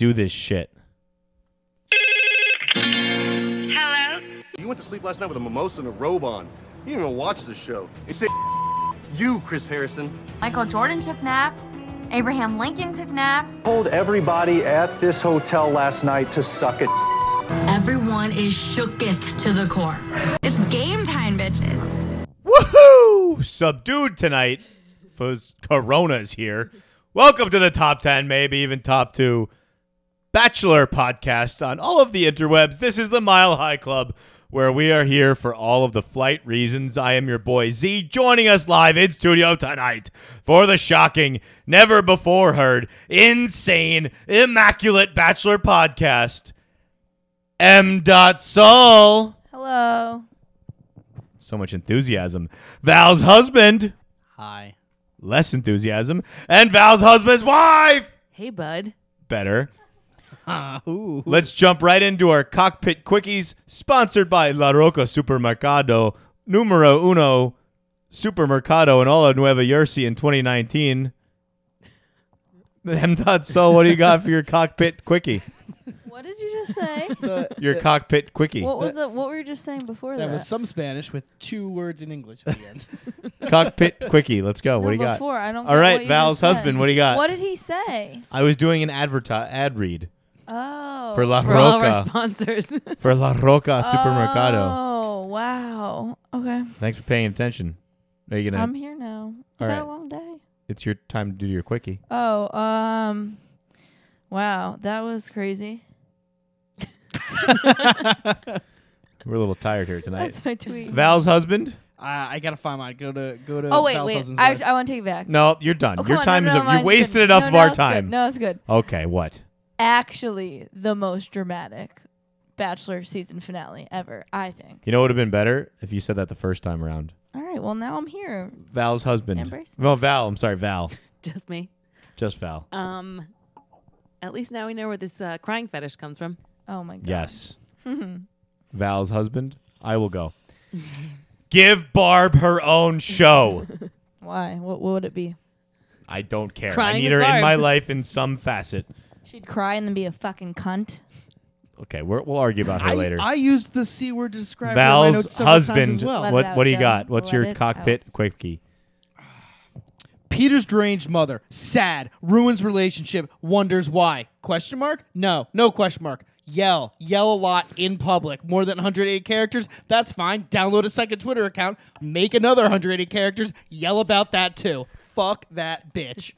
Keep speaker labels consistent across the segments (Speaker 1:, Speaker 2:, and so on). Speaker 1: do this shit.
Speaker 2: Hello?
Speaker 3: You went to sleep last night with a mimosa and a robe on. You didn't even watch the show. You say you, Chris Harrison.
Speaker 4: Michael Jordan took naps. Abraham Lincoln took naps.
Speaker 5: told everybody at this hotel last night to suck it.
Speaker 6: Everyone is shooketh to the core. It's game time, bitches.
Speaker 1: Woohoo! Subdued tonight. Fuzz Corona's here. Welcome to the top 10, maybe even top 2 Bachelor podcast on all of the interwebs. This is the Mile High Club where we are here for all of the flight reasons. I am your boy Z joining us live in studio tonight for the shocking, never before heard, insane, immaculate Bachelor podcast. M. Dot Sol.
Speaker 7: Hello.
Speaker 1: So much enthusiasm. Val's husband.
Speaker 8: Hi.
Speaker 1: less enthusiasm, and Val's husband's wife.
Speaker 7: Hey, bud.
Speaker 1: Better. Let's jump right into our cockpit quickies, sponsored by La Roca Supermercado, numero uno supermercado in all of Nueva Jersey in 2019. M. So, what do you got for your cockpit quickie?
Speaker 7: What did you just say?
Speaker 1: Your cockpit quickie.
Speaker 7: what was the what were you just saying before that?
Speaker 8: That was some Spanish with two words in English at the end.
Speaker 1: Cockpit quickie. Let's go.
Speaker 7: No,
Speaker 1: what do you got?
Speaker 7: before. I don't.
Speaker 1: All
Speaker 7: get
Speaker 1: right,
Speaker 7: what you
Speaker 1: Val's
Speaker 7: just said.
Speaker 1: husband, what do you got?
Speaker 7: What did he say?
Speaker 1: I was doing an adverti- ad read
Speaker 7: Oh.
Speaker 1: for La
Speaker 6: For all of our
Speaker 1: Roca
Speaker 6: sponsors.
Speaker 1: for La Roca Supermercado.
Speaker 7: Oh wow. Okay.
Speaker 1: Thanks for paying attention. Are you gonna?
Speaker 7: I'm here now. I
Speaker 1: All
Speaker 7: had
Speaker 1: right.
Speaker 7: a long day.
Speaker 1: it's your time to do your quickie.
Speaker 7: Oh. Um. Wow. That was crazy.
Speaker 1: We're a little tired here tonight.
Speaker 7: That's my tweet.
Speaker 1: Val's husband?
Speaker 8: I, I gotta find mine. Go to go to.
Speaker 7: oh wait,
Speaker 8: Val's
Speaker 7: wait.
Speaker 8: husband's
Speaker 7: I,
Speaker 8: wife.
Speaker 7: I want to take it back.
Speaker 1: No, you're done.
Speaker 7: Oh, come
Speaker 1: your
Speaker 7: on, no,
Speaker 1: time
Speaker 7: no,
Speaker 1: is
Speaker 7: no,
Speaker 1: up.
Speaker 7: mine's
Speaker 1: You wasted
Speaker 7: good.
Speaker 1: enough
Speaker 7: No,
Speaker 1: of
Speaker 7: no,
Speaker 1: our
Speaker 7: it's good.
Speaker 1: time.
Speaker 7: No, it's good.
Speaker 1: Okay, what?
Speaker 7: Actually, the most dramatic Bachelor season finale ever, I think.
Speaker 1: You know what would have been better if you said that the first time around.
Speaker 7: All right. Well, now I'm here.
Speaker 1: Val's husband.
Speaker 7: Embrace me.
Speaker 1: Well, Val. I'm sorry, Val.
Speaker 6: Just me.
Speaker 1: Just Val.
Speaker 6: Um, at least now we know where this uh, crying fetish comes from.
Speaker 7: Oh my god.
Speaker 1: Yes. Val's husband. I will go. Give Barb her own show.
Speaker 7: Why? What, what would it be?
Speaker 1: I don't care. I
Speaker 6: Crying
Speaker 1: need
Speaker 6: with
Speaker 1: her in
Speaker 6: Barb.
Speaker 1: my life in some facet.
Speaker 7: She'd cry and then be a fucking cunt.
Speaker 1: Okay, we're, we'll argue about her
Speaker 8: I,
Speaker 1: later.
Speaker 8: I used the c word to describe her in my notes
Speaker 1: Val's
Speaker 8: several times
Speaker 1: husband.
Speaker 8: as well.
Speaker 7: Let it
Speaker 1: What
Speaker 7: out,
Speaker 1: what do you
Speaker 7: Joe.
Speaker 1: got? What's
Speaker 7: Let
Speaker 1: your
Speaker 7: it
Speaker 1: cockpit quickie?
Speaker 8: Peter's deranged mother, sad, ruins relationship, wonders why. Question mark? No, no question mark. Yell, yell a lot in public. More than 180 characters? That's fine. Download a second Twitter account, make another 180 characters, yell about that too. Fuck that bitch.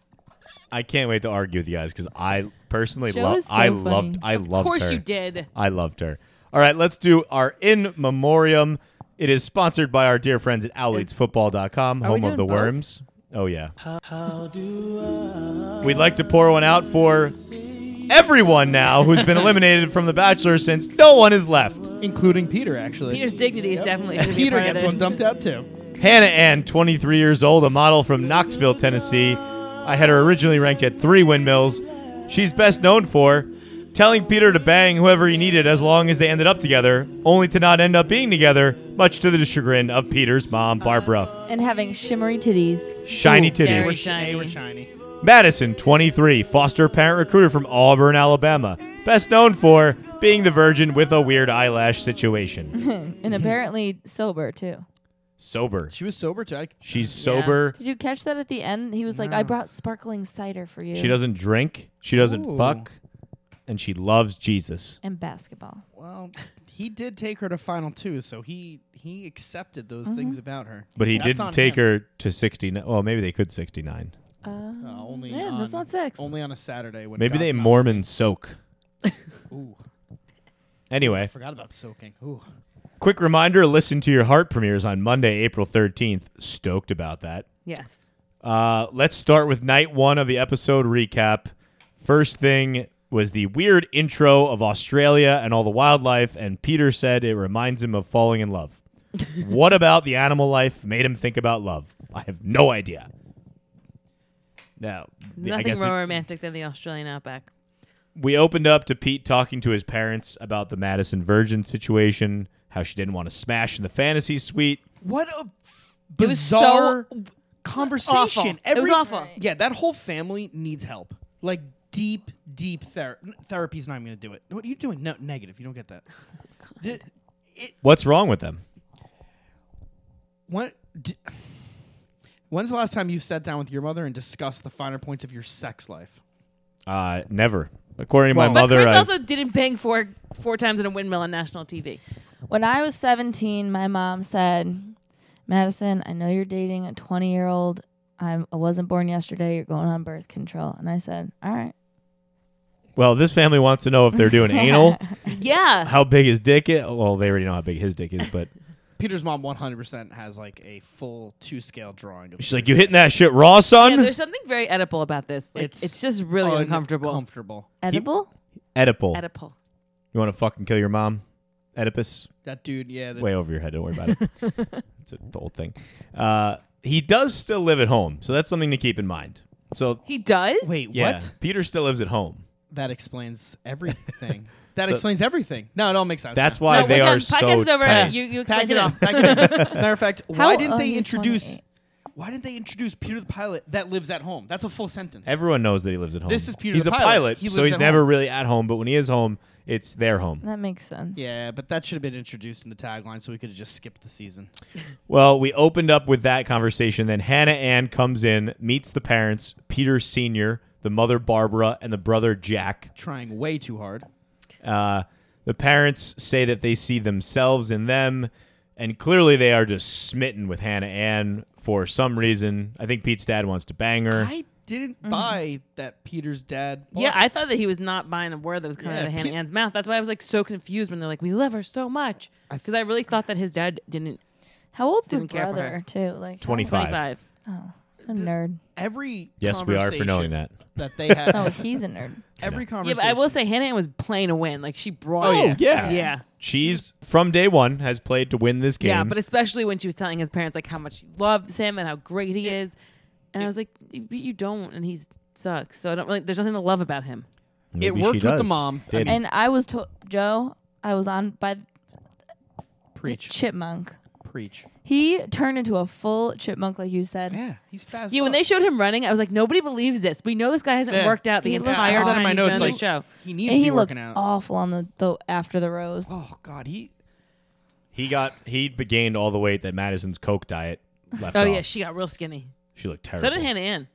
Speaker 1: I can't wait to argue with you guys because I personally
Speaker 7: Joe
Speaker 1: love.
Speaker 7: is so
Speaker 1: I
Speaker 7: funny.
Speaker 1: loved. I loved.
Speaker 6: Of course
Speaker 1: her.
Speaker 6: you did.
Speaker 1: I loved her. All right, let's do our in memoriam. It is sponsored by our dear friends at OutleadsFootball.com,
Speaker 7: we
Speaker 1: home of
Speaker 7: doing
Speaker 1: the
Speaker 7: both?
Speaker 1: worms. Oh yeah. We'd like to pour one out for everyone now who's been eliminated from The Bachelor since no one is left.
Speaker 8: Including Peter, actually.
Speaker 6: Peter's dignity is definitely.
Speaker 8: and
Speaker 6: gonna be a
Speaker 8: Peter
Speaker 6: part of
Speaker 8: gets
Speaker 6: this.
Speaker 8: one dumped out too.
Speaker 1: Hannah Ann, 23 years old, a model from Knoxville, Tennessee. I had her originally ranked at three windmills. She's best known for telling Peter to bang whoever he needed as long as they ended up together, only to not end up being together, much to the chagrin of Peter's mom, Barbara.
Speaker 7: And having shimmery titties.
Speaker 1: Shiny
Speaker 6: very
Speaker 1: titties.
Speaker 8: They were
Speaker 6: shiny.
Speaker 8: shiny.
Speaker 1: Madison, 23, foster parent recruiter from Auburn, Alabama. Best known for being the virgin with a weird eyelash situation.
Speaker 7: And apparently sober, too.
Speaker 1: Sober.
Speaker 8: She was sober too. I,
Speaker 1: She's sober.
Speaker 7: Did you catch that at the end? He was like, I brought sparkling cider for you.
Speaker 1: She doesn't drink. She doesn't
Speaker 8: Ooh.
Speaker 1: fuck. And she loves Jesus.
Speaker 7: And basketball.
Speaker 8: well, he did take her to final two, so he he accepted those
Speaker 6: Mm-hmm.
Speaker 8: things about her.
Speaker 1: But he
Speaker 8: That's on
Speaker 1: didn't take
Speaker 8: him.
Speaker 1: her to 69. Well, maybe they could 69.
Speaker 8: Uh, only
Speaker 6: Yeah,
Speaker 8: on,
Speaker 6: that's not sex.
Speaker 8: Only on a Saturday. When
Speaker 1: Maybe
Speaker 8: God's
Speaker 1: they
Speaker 8: not-
Speaker 1: Mormon soak.
Speaker 8: Ooh,
Speaker 1: Anyway,
Speaker 8: forgot about soaking. Ooh,
Speaker 1: quick reminder Listen to Your Heart premieres on Monday, April 13th. Stoked about that.
Speaker 6: Yes.
Speaker 1: Uh, let's start with night one of the episode recap. First thing was the weird intro of Australia and all the wildlife, and Peter said it reminds him of falling in love. what about the animal life made him think about love? I have no idea. Now, the- I
Speaker 6: Nothing
Speaker 1: guess
Speaker 6: more
Speaker 1: it-
Speaker 6: romantic than the Australian outback.
Speaker 1: we opened up to Pete talking to his parents about the Madison Virgin situation, how she didn't want to smash in the fantasy suite.
Speaker 8: what a f-
Speaker 6: It was so
Speaker 8: bizarre conversation.
Speaker 6: awful. It was awful.
Speaker 8: Yeah, that whole family needs help. Like deep, deep therapy. Therapy's not even going to do it. What are you doing? No, negative. You don't get that.
Speaker 6: Oh
Speaker 8: Did- it,
Speaker 1: What's wrong with them?
Speaker 8: when, d- when's the last time you sat down with your mother and discussed the finer points of your sex life?
Speaker 1: Uh, never. According to
Speaker 8: Well-
Speaker 1: my
Speaker 9: But
Speaker 1: mother,
Speaker 9: Chris
Speaker 1: I've-
Speaker 9: also didn't bang four four times in a windmill on national TV.
Speaker 7: When I was 17, my mom said, Madison, I know you're dating a 20 year old. I wasn't born yesterday. You're going on birth control. And I said, All right.
Speaker 1: well, this family wants to know if they're doing anal.
Speaker 9: Yeah.
Speaker 1: How big his dick is? Well, they already know how big his dick is, but
Speaker 8: Peter's mom 100% has like a full two scale drawing of
Speaker 1: she's like, "You hitting that shit raw,
Speaker 9: yeah.
Speaker 1: son?"
Speaker 9: There's something very edible about this. Like, it's, just really uncomfortable.
Speaker 8: Uncomfortable.
Speaker 7: Edible?
Speaker 1: Oedipal.
Speaker 9: Edible.
Speaker 1: You want to fucking kill your mom? Oedipus.
Speaker 8: That dude, yeah. The,
Speaker 1: Way over your head. Don't worry about it. it's an old thing. Uh, he does still live at home, so that's something to keep in mind. So
Speaker 9: He does.
Speaker 8: wait,
Speaker 1: yeah,
Speaker 8: what?
Speaker 1: Peter still lives at home.
Speaker 8: That explains everything. that
Speaker 1: So-
Speaker 8: explains everything. No, it all makes sense.
Speaker 1: That's
Speaker 8: now.
Speaker 1: why
Speaker 9: No,
Speaker 1: they
Speaker 9: we're
Speaker 1: are
Speaker 9: done. Podcast
Speaker 1: so
Speaker 9: is over.
Speaker 1: tight.
Speaker 9: You you
Speaker 8: Pack
Speaker 9: explained
Speaker 8: it
Speaker 9: it all.
Speaker 8: in. Pack it in. Matter of fact, why
Speaker 7: How-
Speaker 8: didn't
Speaker 7: oh,
Speaker 8: they
Speaker 7: he's
Speaker 8: introduce?
Speaker 7: 28.
Speaker 8: Why didn't they introduce Peter the pilot that lives at home? That's a full sentence.
Speaker 1: Everyone knows that he lives at home.
Speaker 8: This is Peter
Speaker 1: He's
Speaker 8: the
Speaker 1: a
Speaker 8: pilot.
Speaker 1: pilot,
Speaker 8: He
Speaker 1: so
Speaker 8: lives
Speaker 1: he's
Speaker 8: at
Speaker 1: never
Speaker 8: home.
Speaker 1: really at home. But when he is home, it's their home.
Speaker 7: That makes sense.
Speaker 8: yeah, but that should have been introduced in the tagline, so we could have just skipped the season.
Speaker 1: Well, we opened up with that conversation. Then Hannah Ann comes in, meets the parents, Peter Senior, the mother Barbara, and the brother Jack.
Speaker 8: Trying way too hard.
Speaker 1: Uh, the parents say that they see themselves in them, and clearly they are just smitten with Hannah Ann for some reason. I think Pete's dad wants to bang her.
Speaker 8: I didn't buy that Peter's dad.
Speaker 9: Mm-hmm. Yeah,
Speaker 8: bought
Speaker 9: I
Speaker 8: it.
Speaker 9: thought that he was not buying a word that was coming
Speaker 8: Yeah,
Speaker 9: out of Hannah
Speaker 8: Pe-
Speaker 9: Ann's mouth. That's why I was like so confused when they're like, "We love her so much," because I really thought that his dad didn't.
Speaker 7: How old's the
Speaker 9: Didn't care for
Speaker 7: brother, too? Like, how-
Speaker 1: Twenty five.
Speaker 9: Twenty-five.
Speaker 7: A nerd.
Speaker 8: every
Speaker 1: Yes, we are for knowing
Speaker 8: conversation
Speaker 1: that.
Speaker 8: that they had.
Speaker 7: Oh, he's a nerd.
Speaker 8: every
Speaker 9: Yeah,
Speaker 8: conversation.
Speaker 9: but I will say Hannah Ann was playing to win. Like she brought.
Speaker 8: Oh,
Speaker 9: it.
Speaker 1: yeah.
Speaker 9: Yeah.
Speaker 1: She's from day one has played to win this game.
Speaker 9: Yeah, but especially when she was telling his parents like how much she loves him and how great he is, and I was like, "But you don't," and he sucks. So I don't really. There's nothing to love about him.
Speaker 1: Maybe
Speaker 8: it
Speaker 1: she
Speaker 8: worked with the
Speaker 1: does.
Speaker 8: mom. I
Speaker 1: Didn't.
Speaker 7: And I was told, Joe, I was on by the
Speaker 8: preach,
Speaker 7: chipmunk.
Speaker 8: preach.
Speaker 7: He turned into a full chipmunk, like you said.
Speaker 8: Yeah, he's fast.
Speaker 9: Yeah, when they showed him running, I was like, "Nobody believes this. We know this guy hasn't
Speaker 8: Yeah.
Speaker 9: worked out the
Speaker 7: He looks
Speaker 9: entire
Speaker 7: awful.
Speaker 9: time
Speaker 7: In my
Speaker 9: he's
Speaker 7: notes,
Speaker 9: been on
Speaker 7: like-
Speaker 9: the show."
Speaker 8: he needs
Speaker 7: And
Speaker 8: to
Speaker 7: he
Speaker 8: be
Speaker 7: looked
Speaker 8: working out.
Speaker 7: awful on the, the after the rose.
Speaker 8: oh God, he
Speaker 1: he got he gained all the weight that Madison's Coke diet left
Speaker 9: Oh
Speaker 1: off.
Speaker 9: yeah, she got real skinny.
Speaker 1: She looked terrible.
Speaker 9: So did Hannah Ann.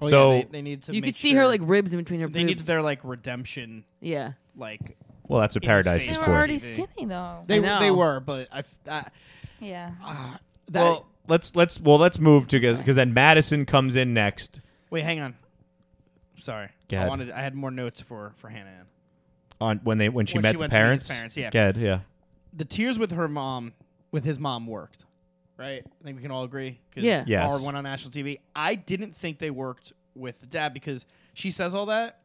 Speaker 8: Oh,
Speaker 1: So-
Speaker 8: yeah, they, they need to.
Speaker 9: You
Speaker 8: make
Speaker 9: could see
Speaker 8: sure-
Speaker 9: her like ribs in between her
Speaker 8: They need
Speaker 9: boobs.
Speaker 8: their like redemption.
Speaker 9: yeah.
Speaker 8: Like
Speaker 1: Well, that's what
Speaker 8: In his
Speaker 1: paradise
Speaker 8: face.
Speaker 1: is
Speaker 7: they
Speaker 8: He's
Speaker 7: were
Speaker 1: for.
Speaker 8: fourth.
Speaker 7: already
Speaker 8: TV.
Speaker 7: skinny, though.
Speaker 8: they
Speaker 9: know.
Speaker 8: they were, but I. f- I-
Speaker 7: yeah.
Speaker 8: ah, that,
Speaker 1: well, let's let's well let's move to because then Madison comes in next.
Speaker 8: wait, hang on. Sorry,
Speaker 1: Go
Speaker 8: I
Speaker 1: ahead.
Speaker 8: wanted. I had more notes for for Hannah Ann.
Speaker 1: on when they when she
Speaker 8: When
Speaker 1: met
Speaker 8: she
Speaker 1: the
Speaker 8: went to meet his
Speaker 1: parents.
Speaker 8: parents, yeah.
Speaker 1: Good, yeah.
Speaker 8: The tears with her mom, with his mom, worked. Right, I think we can all agree. 'cause
Speaker 9: Yeah.
Speaker 1: Yes.
Speaker 8: R one on national TV. I didn't think they worked with the dad because she says all that,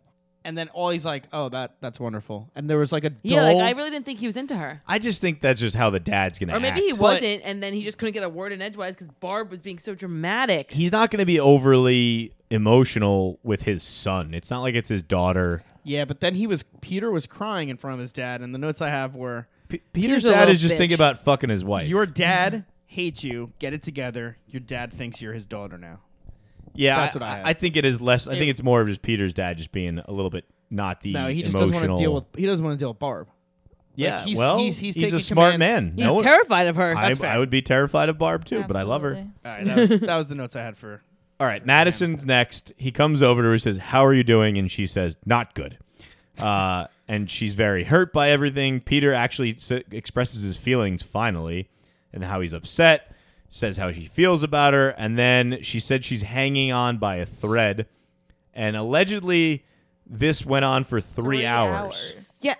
Speaker 8: and then all he's like, "Oh, that that's wonderful," and there was like a dull,
Speaker 9: Yeah, like I really didn't think he was into her.
Speaker 1: I just think that's just how the dad's gonna
Speaker 9: Or maybe he
Speaker 1: act.
Speaker 9: wasn't, and then he just couldn't get a word in edgewise because Barb was being so dramatic.
Speaker 1: He's not gonna be overly emotional with his son. It's not like it's his daughter.
Speaker 8: yeah. But then he was Peter was crying in front of his dad, and the notes I have were.
Speaker 1: P- Peter's
Speaker 9: a
Speaker 1: dad
Speaker 9: little
Speaker 1: is just
Speaker 9: bitch.
Speaker 1: thinking about fucking his wife.
Speaker 8: Your dad hates you. Get it together. Your dad thinks you're his daughter now.
Speaker 1: yeah,
Speaker 8: that's what I had.
Speaker 1: I think it is less. I think it's more of just Peter's dad just being a little bit not the
Speaker 8: No, he just
Speaker 1: emotional.
Speaker 8: doesn't want to deal with. He doesn't want to deal with Barb.
Speaker 1: Yeah,
Speaker 8: like, he's-
Speaker 1: well,
Speaker 8: he's- he's
Speaker 1: a
Speaker 8: taking
Speaker 1: smart
Speaker 8: commands.
Speaker 1: man.
Speaker 9: He's
Speaker 1: no, one-
Speaker 9: terrified of her.
Speaker 1: I,
Speaker 8: That's fair.
Speaker 1: I would be terrified of Barb too, but I love her.
Speaker 7: Absolutely.
Speaker 8: All right, that was, that was the notes I had for.
Speaker 1: All right, Madison's next. He comes over to her, says, "How are you doing?" And she says, "Not good." Uh, and she's very hurt by everything. Peter actually s- expresses his feelings finally, and how he's upset. Says how she feels about her, and then she said she's hanging on by a thread. And allegedly, this went on for three, hours.
Speaker 9: Yeah,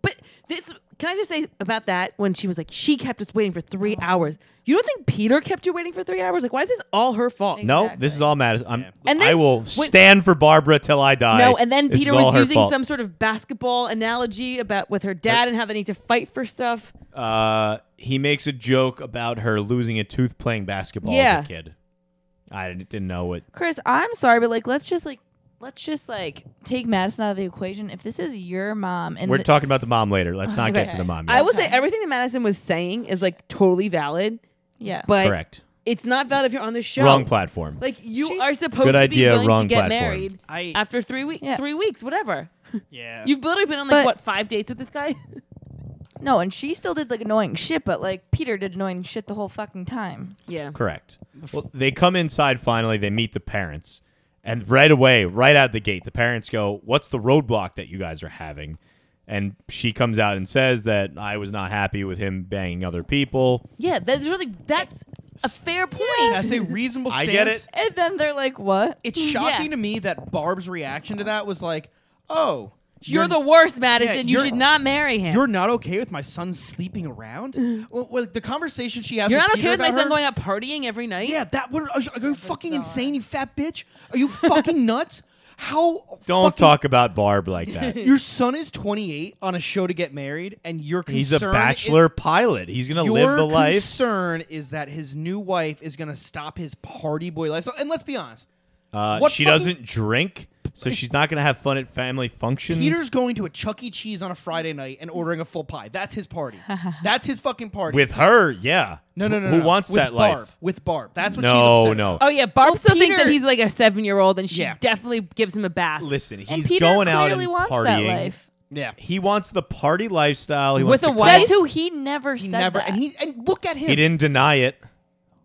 Speaker 9: but this. Can I just say about that when she was like, she kept us waiting for three hours. You don't think Peter kept you waiting for three hours? Like, why is this all her fault?
Speaker 1: No, this is all Madison. I'm,
Speaker 9: And then-
Speaker 1: I will
Speaker 9: wait-
Speaker 1: stand for Barbara till I die.
Speaker 9: No, and then
Speaker 1: This
Speaker 9: Peter
Speaker 1: is all
Speaker 9: was
Speaker 1: her
Speaker 9: using
Speaker 1: fault.
Speaker 9: some sort of basketball analogy about with her dad and how they need to fight for stuff.
Speaker 1: Uh, he makes a joke about her losing a tooth playing basketball
Speaker 9: Yeah.
Speaker 1: as a kid. I didn't, didn't know it.
Speaker 7: Chris, I'm sorry, but like, let's just like, let's just like take Madison out of the equation. If this is your mom and
Speaker 1: We're
Speaker 7: the-
Speaker 1: talking about the mom later. Let's not get to
Speaker 7: Okay.
Speaker 1: the mom. Yet.
Speaker 9: I will say everything that Madison was saying is like totally valid,
Speaker 7: yeah,
Speaker 9: but
Speaker 1: correct.
Speaker 9: It's not valid if you're on the show.
Speaker 1: Wrong platform.
Speaker 9: Like you
Speaker 7: She's-
Speaker 9: are supposed
Speaker 1: Good
Speaker 9: to
Speaker 1: idea,
Speaker 9: be willing
Speaker 1: wrong
Speaker 9: to get
Speaker 1: platform.
Speaker 9: married
Speaker 8: I-
Speaker 9: after three weeks,
Speaker 7: Yeah.
Speaker 9: three weeks, whatever.
Speaker 8: Yeah.
Speaker 9: You've literally been on like
Speaker 7: But-
Speaker 9: what five dates with this guy?
Speaker 7: No, and she still did like annoying shit, but like Peter did annoying shit the whole fucking time.
Speaker 9: yeah.
Speaker 1: Correct. Well, they come inside finally. They meet the parents, and right away, right out the gate, the parents go, "What's the roadblock that you guys are having?" And she comes out and says that I was not happy with him banging other people.
Speaker 9: Yeah, that's really that's a fair point.
Speaker 8: That's a reasonable
Speaker 1: I
Speaker 8: stance.
Speaker 1: get it.
Speaker 7: And then they're like, "What?"
Speaker 8: It's
Speaker 9: Yeah.
Speaker 8: shocking to me that Barb's reaction to that was like, "Oh,
Speaker 9: You're the worst, Madison.
Speaker 8: Yeah,
Speaker 9: you
Speaker 8: you're-
Speaker 9: should not marry him.
Speaker 8: You're not okay with my son sleeping around? well, well, the conversation she has
Speaker 9: Mm. You're
Speaker 8: with
Speaker 9: not
Speaker 8: Peter
Speaker 9: okay with my
Speaker 8: about
Speaker 9: son
Speaker 8: her-
Speaker 9: going out partying every night.
Speaker 8: Yeah, that what are you, are you fucking insane, you fat bitch? Are you fucking nuts? How
Speaker 1: Don't
Speaker 8: fucking-
Speaker 1: talk about Barb like that.
Speaker 8: Your son is 28 on a show to get married and your concern
Speaker 1: He's a bachelor pilot. He's gonna
Speaker 8: Your
Speaker 1: live the life.
Speaker 8: concern is that his new wife is going to stop his party boy lifestyle. And let's be honest,
Speaker 1: Uh,
Speaker 8: What
Speaker 1: she
Speaker 8: fucking-
Speaker 1: doesn't drink, so she's not gonna have fun at family functions.
Speaker 8: Peter's going to a Chuck E. Cheese on a Friday night and ordering a full pie. That's his party. That's his fucking party.
Speaker 1: with her, yeah.
Speaker 8: no, no, no.
Speaker 1: Who
Speaker 8: no.
Speaker 1: wants
Speaker 8: With
Speaker 1: that
Speaker 8: Barb.
Speaker 1: life?
Speaker 8: With Barb. That's what she's
Speaker 1: No,
Speaker 8: upset
Speaker 1: no.
Speaker 8: about.
Speaker 9: Oh yeah, Barb still thinks that
Speaker 7: Peter-
Speaker 9: he's like a seven year old, and she
Speaker 8: Yeah.
Speaker 9: definitely gives him a bath.
Speaker 1: Listen,
Speaker 7: and
Speaker 1: he's
Speaker 7: Peter
Speaker 1: going out
Speaker 7: clearly
Speaker 1: and
Speaker 7: wants
Speaker 1: partying.
Speaker 7: that life.
Speaker 8: Yeah.
Speaker 1: He wants the party lifestyle. He
Speaker 9: With
Speaker 1: wants
Speaker 9: a
Speaker 1: to
Speaker 9: wife?
Speaker 7: That's who he never
Speaker 8: He
Speaker 7: said
Speaker 8: never
Speaker 7: that.
Speaker 8: and he and look at him.
Speaker 1: He didn't deny it.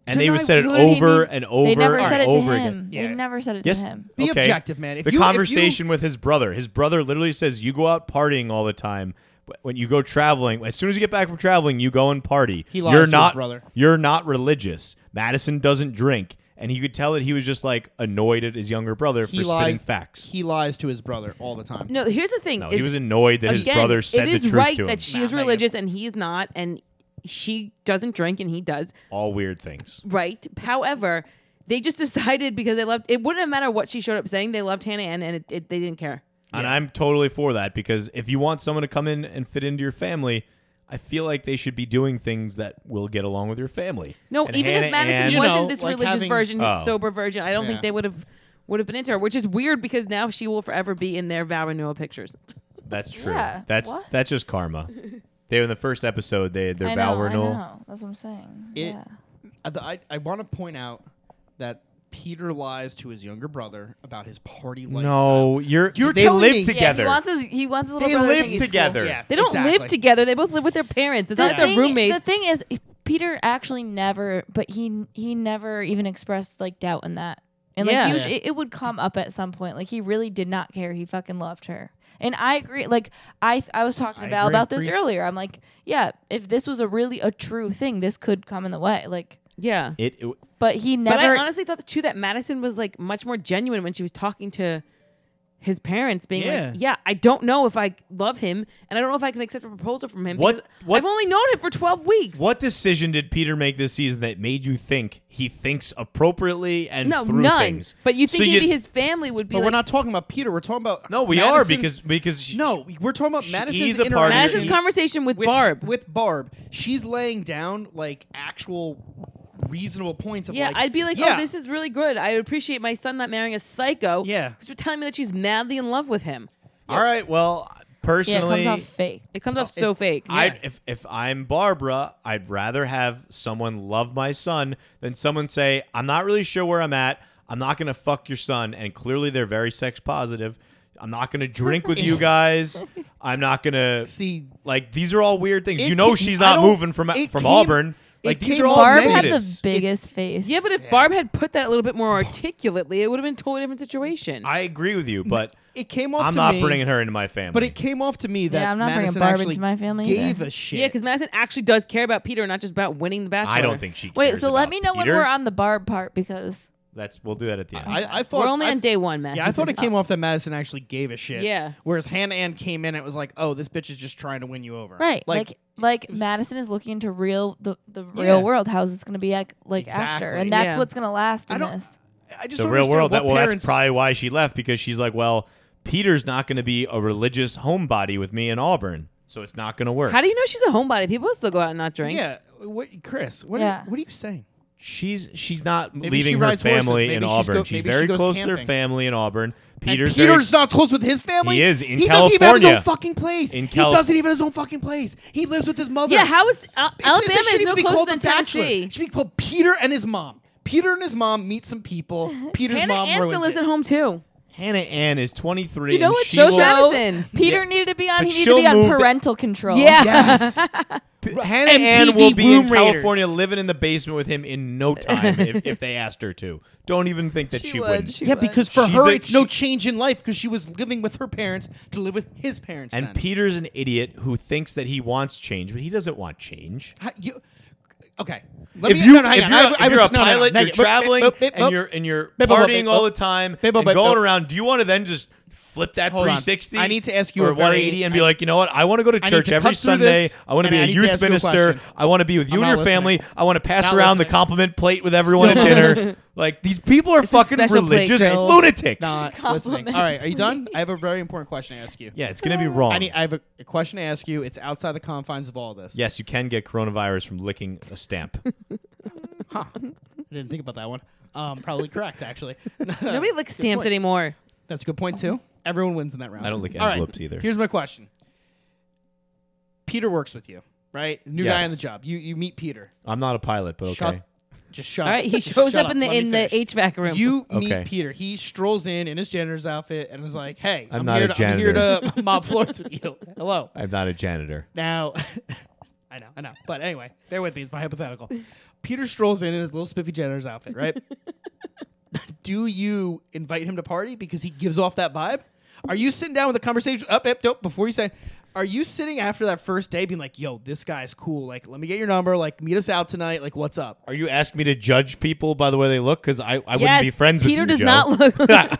Speaker 1: And they
Speaker 8: Deny
Speaker 1: would said it
Speaker 7: Who did he
Speaker 1: over
Speaker 7: mean-
Speaker 1: and over
Speaker 7: They never
Speaker 1: and
Speaker 7: said it to
Speaker 1: over
Speaker 7: him.
Speaker 1: again.
Speaker 8: Yeah.
Speaker 7: They never said it
Speaker 1: Yes.
Speaker 7: to him.
Speaker 8: Be
Speaker 1: okay.
Speaker 8: objective, man. If
Speaker 1: the
Speaker 8: you- if you-
Speaker 1: conversation with his brother. His brother literally says, "You go out partying all the time. But When you go traveling, as soon as you get back from traveling, you go and party.
Speaker 8: He lies
Speaker 1: you're
Speaker 8: to his
Speaker 1: not,
Speaker 8: brother.
Speaker 1: You're not religious. Madison doesn't drink." And he could tell that he was just like annoyed at his younger brother
Speaker 8: he
Speaker 1: for
Speaker 8: lies,
Speaker 1: spitting facts.
Speaker 8: He lies to his brother all the time.
Speaker 9: No, here's the thing.
Speaker 1: no,
Speaker 9: is-
Speaker 1: he was annoyed that his
Speaker 9: again,
Speaker 1: brother said
Speaker 9: it is
Speaker 1: the truth
Speaker 9: right
Speaker 1: to him.
Speaker 9: that she
Speaker 8: Nah,
Speaker 9: is
Speaker 8: negative.
Speaker 9: religious and he is not, and she doesn't drink and he does.
Speaker 1: all weird things.
Speaker 9: Right. However, they just decided because they loved it. Wouldn't have matter what she showed up saying. They loved Hannah Ann, and it, it, they didn't care.
Speaker 1: And I'm totally for that because if you want someone to come in and fit into your family, I feel like they should be doing things that will get along with your family.
Speaker 9: No,
Speaker 1: And
Speaker 9: even
Speaker 1: Hannah
Speaker 9: if Madison
Speaker 1: Ann-
Speaker 8: You
Speaker 9: wasn't
Speaker 8: know,
Speaker 9: this
Speaker 8: like
Speaker 9: religious
Speaker 8: having-
Speaker 9: version,
Speaker 1: Oh.
Speaker 9: sober version, I don't
Speaker 8: Yeah.
Speaker 9: think they would have would have been into her. Which is weird because now she will forever be in their vow renewal pictures.
Speaker 1: that's true.
Speaker 7: Yeah,
Speaker 1: that's
Speaker 7: what?
Speaker 1: that's just karma. they in the first episode they had their
Speaker 7: I know,
Speaker 1: vow
Speaker 7: I
Speaker 1: renewal.
Speaker 7: know. That's what I'm saying.
Speaker 8: It-
Speaker 7: yeah.
Speaker 8: I, I, want to point out that Peter lies to his younger brother about his party lifestyle.
Speaker 1: No, you're,
Speaker 8: You're
Speaker 1: they
Speaker 8: telling
Speaker 1: live
Speaker 8: me- Yeah, he
Speaker 1: together.
Speaker 7: he wants his. He wants his little
Speaker 1: they
Speaker 7: brother. to
Speaker 1: live
Speaker 7: think he's cool.
Speaker 1: together.
Speaker 8: Yeah.
Speaker 9: They don't
Speaker 8: Exactly.
Speaker 9: live together. They both live with their parents. It's
Speaker 7: The
Speaker 9: not like
Speaker 7: thing-
Speaker 9: they're roommates.
Speaker 7: The thing is, Peter actually never, but he he never even expressed like doubt in that, and like
Speaker 9: Yeah.
Speaker 7: usually it, it would come up at some point. Like he really did not care. He fucking loved her, and I agree. Like I I was talking
Speaker 8: I
Speaker 7: to Val
Speaker 8: agree.
Speaker 7: about this
Speaker 8: Preach.
Speaker 7: earlier. I'm like, yeah, if this was a really a true thing, this could come in the way. Like,
Speaker 9: yeah.
Speaker 1: It, it-
Speaker 7: but he
Speaker 9: But I
Speaker 7: never.
Speaker 9: honestly thought too that Madison was like much more genuine when she was talking to his parents, being
Speaker 8: Yeah.
Speaker 9: like, "Yeah, I don't know if I love him, and I don't know if I can accept a proposal from him.
Speaker 1: What-
Speaker 9: because
Speaker 1: what-
Speaker 9: I've only known him for twelve weeks.
Speaker 1: what decision did Peter make this season that made you think he thinks appropriately and
Speaker 9: No,
Speaker 1: through
Speaker 9: none.
Speaker 1: things?
Speaker 9: But you
Speaker 1: So
Speaker 9: think maybe his family would be
Speaker 8: But
Speaker 9: like,
Speaker 8: we're not talking about Peter. We're talking about
Speaker 1: No, we
Speaker 8: Madison's-
Speaker 1: are because because she-
Speaker 8: no, we're talking about
Speaker 1: She's a
Speaker 8: Madison's
Speaker 1: part of your-
Speaker 8: interaction
Speaker 9: Madison's conversation with,
Speaker 8: with
Speaker 9: Barb.
Speaker 8: With Barb, she's laying down like actual reasonable points of
Speaker 9: yeah,
Speaker 8: like,
Speaker 9: I'd be like,
Speaker 8: yeah,
Speaker 9: "Oh, this is really good. I appreciate my son not marrying a psycho."
Speaker 8: Yeah.
Speaker 9: because you're telling me that she's madly in love with him.
Speaker 1: All right, well,
Speaker 7: yeah, it
Speaker 1: personally,
Speaker 7: comes off fake.
Speaker 9: It comes off so fake.
Speaker 1: I'd, if if I'm Barbara, I'd rather have someone love my son than someone say, "I'm not really sure where I'm at. I'm not gonna fuck your son." And clearly, they're very sex positive. I'm not gonna drink with you guys. I'm not gonna
Speaker 8: See-
Speaker 1: Like these are all weird things.
Speaker 8: It
Speaker 1: you know,
Speaker 8: came-
Speaker 1: she's
Speaker 8: I
Speaker 1: not
Speaker 8: don't-
Speaker 1: moving from from
Speaker 8: it came-
Speaker 1: Auburn.
Speaker 8: it
Speaker 1: Like these
Speaker 8: came-
Speaker 1: are all
Speaker 7: Barb had
Speaker 1: negatives.
Speaker 7: the biggest face.
Speaker 9: yeah, but if Barb had put that a little bit more articulately, it would have been a totally different situation.
Speaker 1: I agree with you, but
Speaker 8: it came off.
Speaker 1: I'm
Speaker 8: to
Speaker 1: not
Speaker 8: me,
Speaker 1: bringing her into my family.
Speaker 8: But it came off to me that
Speaker 7: I'm not bringing
Speaker 8: Madison
Speaker 7: Barb
Speaker 8: actually
Speaker 7: into my family
Speaker 8: gave
Speaker 7: either.
Speaker 8: a shit.
Speaker 9: Yeah, because Madison actually does care about Peter, and not just about winning the Bachelor.
Speaker 1: I don't think she.
Speaker 7: Wait,
Speaker 1: cares
Speaker 7: so let
Speaker 1: about
Speaker 7: me know when
Speaker 1: Peter.
Speaker 7: we're on the Barb part because
Speaker 1: That's we'll do that at the end.
Speaker 8: I, I thought
Speaker 9: we're only
Speaker 8: I
Speaker 9: on day one, man.
Speaker 8: Yeah, I thought it came off that Madison actually gave a shit.
Speaker 9: Yeah.
Speaker 8: Whereas Hannah Ann came in and it was like, oh, this bitch is just trying to win you over.
Speaker 7: right, like like, Madison is looking into real the, the
Speaker 8: Yeah.
Speaker 7: real world. How's this going to be like, like after?
Speaker 8: Exactly.
Speaker 7: And that's
Speaker 9: Yeah.
Speaker 7: what's going to last
Speaker 8: I
Speaker 7: in
Speaker 8: don't-
Speaker 7: this.
Speaker 8: I just
Speaker 1: the
Speaker 8: don't
Speaker 1: real
Speaker 8: understand
Speaker 1: world. That
Speaker 8: what
Speaker 1: well,
Speaker 8: parents-
Speaker 1: that's probably why she left because she's like, well, Peter's not going to be a religious homebody with me in Auburn, so it's not going to work.
Speaker 9: How do you know she's a homebody? People still go out and not drink.
Speaker 8: Yeah, what, Chris? What,
Speaker 7: Yeah.
Speaker 8: are, what are you saying?
Speaker 1: she's she's not
Speaker 8: Maybe
Speaker 1: leaving
Speaker 8: she
Speaker 1: her
Speaker 8: rides horses.
Speaker 1: family in
Speaker 8: Maybe she's
Speaker 1: Auburn.
Speaker 8: go-
Speaker 1: she's
Speaker 8: maybe she
Speaker 1: very
Speaker 8: goes
Speaker 1: close to
Speaker 8: camping.
Speaker 1: her family in Auburn. Peter's
Speaker 8: and Peter's
Speaker 1: very-
Speaker 8: not close with his family.
Speaker 1: He is in
Speaker 8: he doesn't even have his
Speaker 1: California.
Speaker 8: own fucking place.
Speaker 1: In
Speaker 8: he
Speaker 1: Cal-
Speaker 8: doesn't even have his own fucking place. He lives with his mother.
Speaker 9: Yeah, how is Al-
Speaker 8: It's- they
Speaker 9: Alabama
Speaker 8: shouldn't
Speaker 9: is
Speaker 8: even
Speaker 9: no
Speaker 8: be
Speaker 9: closer
Speaker 8: called
Speaker 9: than
Speaker 8: The Bachelor.
Speaker 9: Tennessee?
Speaker 8: It should be called Peter and his mom. Peter and his mom meet some people. Peter's
Speaker 9: Hannah
Speaker 8: mom
Speaker 9: Anson
Speaker 8: ruins
Speaker 9: lives
Speaker 8: it.
Speaker 9: at home too.
Speaker 1: Hannah Ann is 23.
Speaker 7: You know
Speaker 1: and
Speaker 7: what's
Speaker 1: she
Speaker 9: so
Speaker 1: will-
Speaker 9: sad? Madison.
Speaker 7: Peter
Speaker 1: Yeah.
Speaker 7: needed to be on.
Speaker 1: But
Speaker 7: he needed to be
Speaker 1: she'll
Speaker 7: on
Speaker 1: move to-
Speaker 7: parental control.
Speaker 8: Yes.
Speaker 1: P- Hannah Ann
Speaker 8: MTV
Speaker 1: will be in
Speaker 8: Room Raiders.
Speaker 1: California living in the basement with him in no time if, if they asked her to. Don't even think that she, wouldn't.
Speaker 7: She
Speaker 8: yeah,
Speaker 7: would.
Speaker 8: because for
Speaker 1: She's
Speaker 8: her,
Speaker 1: a-
Speaker 8: it's no
Speaker 1: she-
Speaker 8: change in life because she was living with her parents to live with his parents.
Speaker 1: and
Speaker 8: then.
Speaker 1: Peter's an idiot who thinks that he wants change, but he doesn't want change.
Speaker 8: How- you- okay. Let
Speaker 1: if
Speaker 8: me-
Speaker 1: you
Speaker 8: no, no, hang
Speaker 1: if
Speaker 8: on.
Speaker 1: you're,
Speaker 8: I-
Speaker 1: a-
Speaker 8: I
Speaker 1: if
Speaker 8: was-
Speaker 1: you're a
Speaker 8: no, no, no,
Speaker 1: pilot,
Speaker 8: no,
Speaker 1: you're
Speaker 8: no.
Speaker 1: traveling
Speaker 8: Boop, boop, boop, boop.
Speaker 1: and you're and you're
Speaker 8: Boop, boop, boop,
Speaker 1: partying all the
Speaker 8: boop.
Speaker 1: time
Speaker 8: Boop, boop,
Speaker 1: and
Speaker 8: boop,
Speaker 1: going
Speaker 8: boop.
Speaker 1: around. Do you want to then just flip that
Speaker 8: Hold on.
Speaker 1: 360?
Speaker 8: I need to ask you
Speaker 1: or
Speaker 8: a very-
Speaker 1: 180 and be
Speaker 8: I-
Speaker 1: like, you know what? I want to go to
Speaker 8: I need
Speaker 1: church
Speaker 8: to
Speaker 1: every
Speaker 8: cut through
Speaker 1: Sunday.
Speaker 8: this,
Speaker 1: I want to
Speaker 8: and
Speaker 1: be
Speaker 8: I
Speaker 1: a
Speaker 8: need to
Speaker 1: youth
Speaker 8: ask you a
Speaker 1: minister.
Speaker 8: question.
Speaker 1: I want to be with you
Speaker 8: I'm
Speaker 1: and
Speaker 8: not
Speaker 1: your family.
Speaker 8: listening.
Speaker 1: I want to pass
Speaker 8: Not
Speaker 1: around the
Speaker 8: listening.
Speaker 1: compliment plate with everyone
Speaker 8: Still
Speaker 1: at
Speaker 8: not
Speaker 1: dinner.
Speaker 8: listening.
Speaker 1: Like these people are
Speaker 9: It's a
Speaker 1: fucking
Speaker 9: special plate
Speaker 1: religious
Speaker 9: grill.
Speaker 1: lunatics.
Speaker 8: Not listening. All right, are you done? I have a very important question to ask you.
Speaker 1: Yeah, it's gonna be wrong.
Speaker 8: I need. I have a, a question to ask you. It's outside the confines of all this.
Speaker 1: yes, you can get coronavirus from licking a stamp.
Speaker 8: I didn't think about that one. Um, probably correct, actually.
Speaker 9: Nobody licks stamps
Speaker 8: point.
Speaker 9: anymore.
Speaker 8: That's a good point too. Everyone wins in that round.
Speaker 1: I don't lick
Speaker 8: All right,
Speaker 1: envelopes either.
Speaker 8: Here's my question. Peter works with you, right? New guy
Speaker 1: Yes.
Speaker 8: on the job. You you meet Peter.
Speaker 1: I'm not a pilot, but okay.
Speaker 8: Shut. Just shut.
Speaker 9: All right, he
Speaker 8: Just
Speaker 9: shows
Speaker 8: shut
Speaker 9: up in the
Speaker 8: Let me
Speaker 9: in the
Speaker 8: finish.
Speaker 9: HVAC room.
Speaker 8: You
Speaker 1: Okay.
Speaker 8: meet Peter. He strolls in in his janitor's outfit and is like, "Hey,
Speaker 1: I'm
Speaker 8: I'm,
Speaker 1: not
Speaker 8: here
Speaker 1: a
Speaker 8: to, I'm here to mop floors with you. Hello."
Speaker 1: I'm not a janitor.
Speaker 8: Now, I know, I know. But anyway, bear with me. It's my hypothetical. Peter strolls in in his little spiffy janitor's outfit, right? Do you invite him to party because he gives off that vibe? Are you sitting down with a conversation? Up, up, up. Before you say, are you sitting after that first day being like, yo, this guy's cool. Like, let me get your number. Like, meet us out tonight. Like, what's up?
Speaker 1: Are you asking me to judge people by the way they look? Because I, I wouldn't
Speaker 9: Yes,
Speaker 1: be friends with you.
Speaker 9: Peter does
Speaker 1: Joe.
Speaker 9: not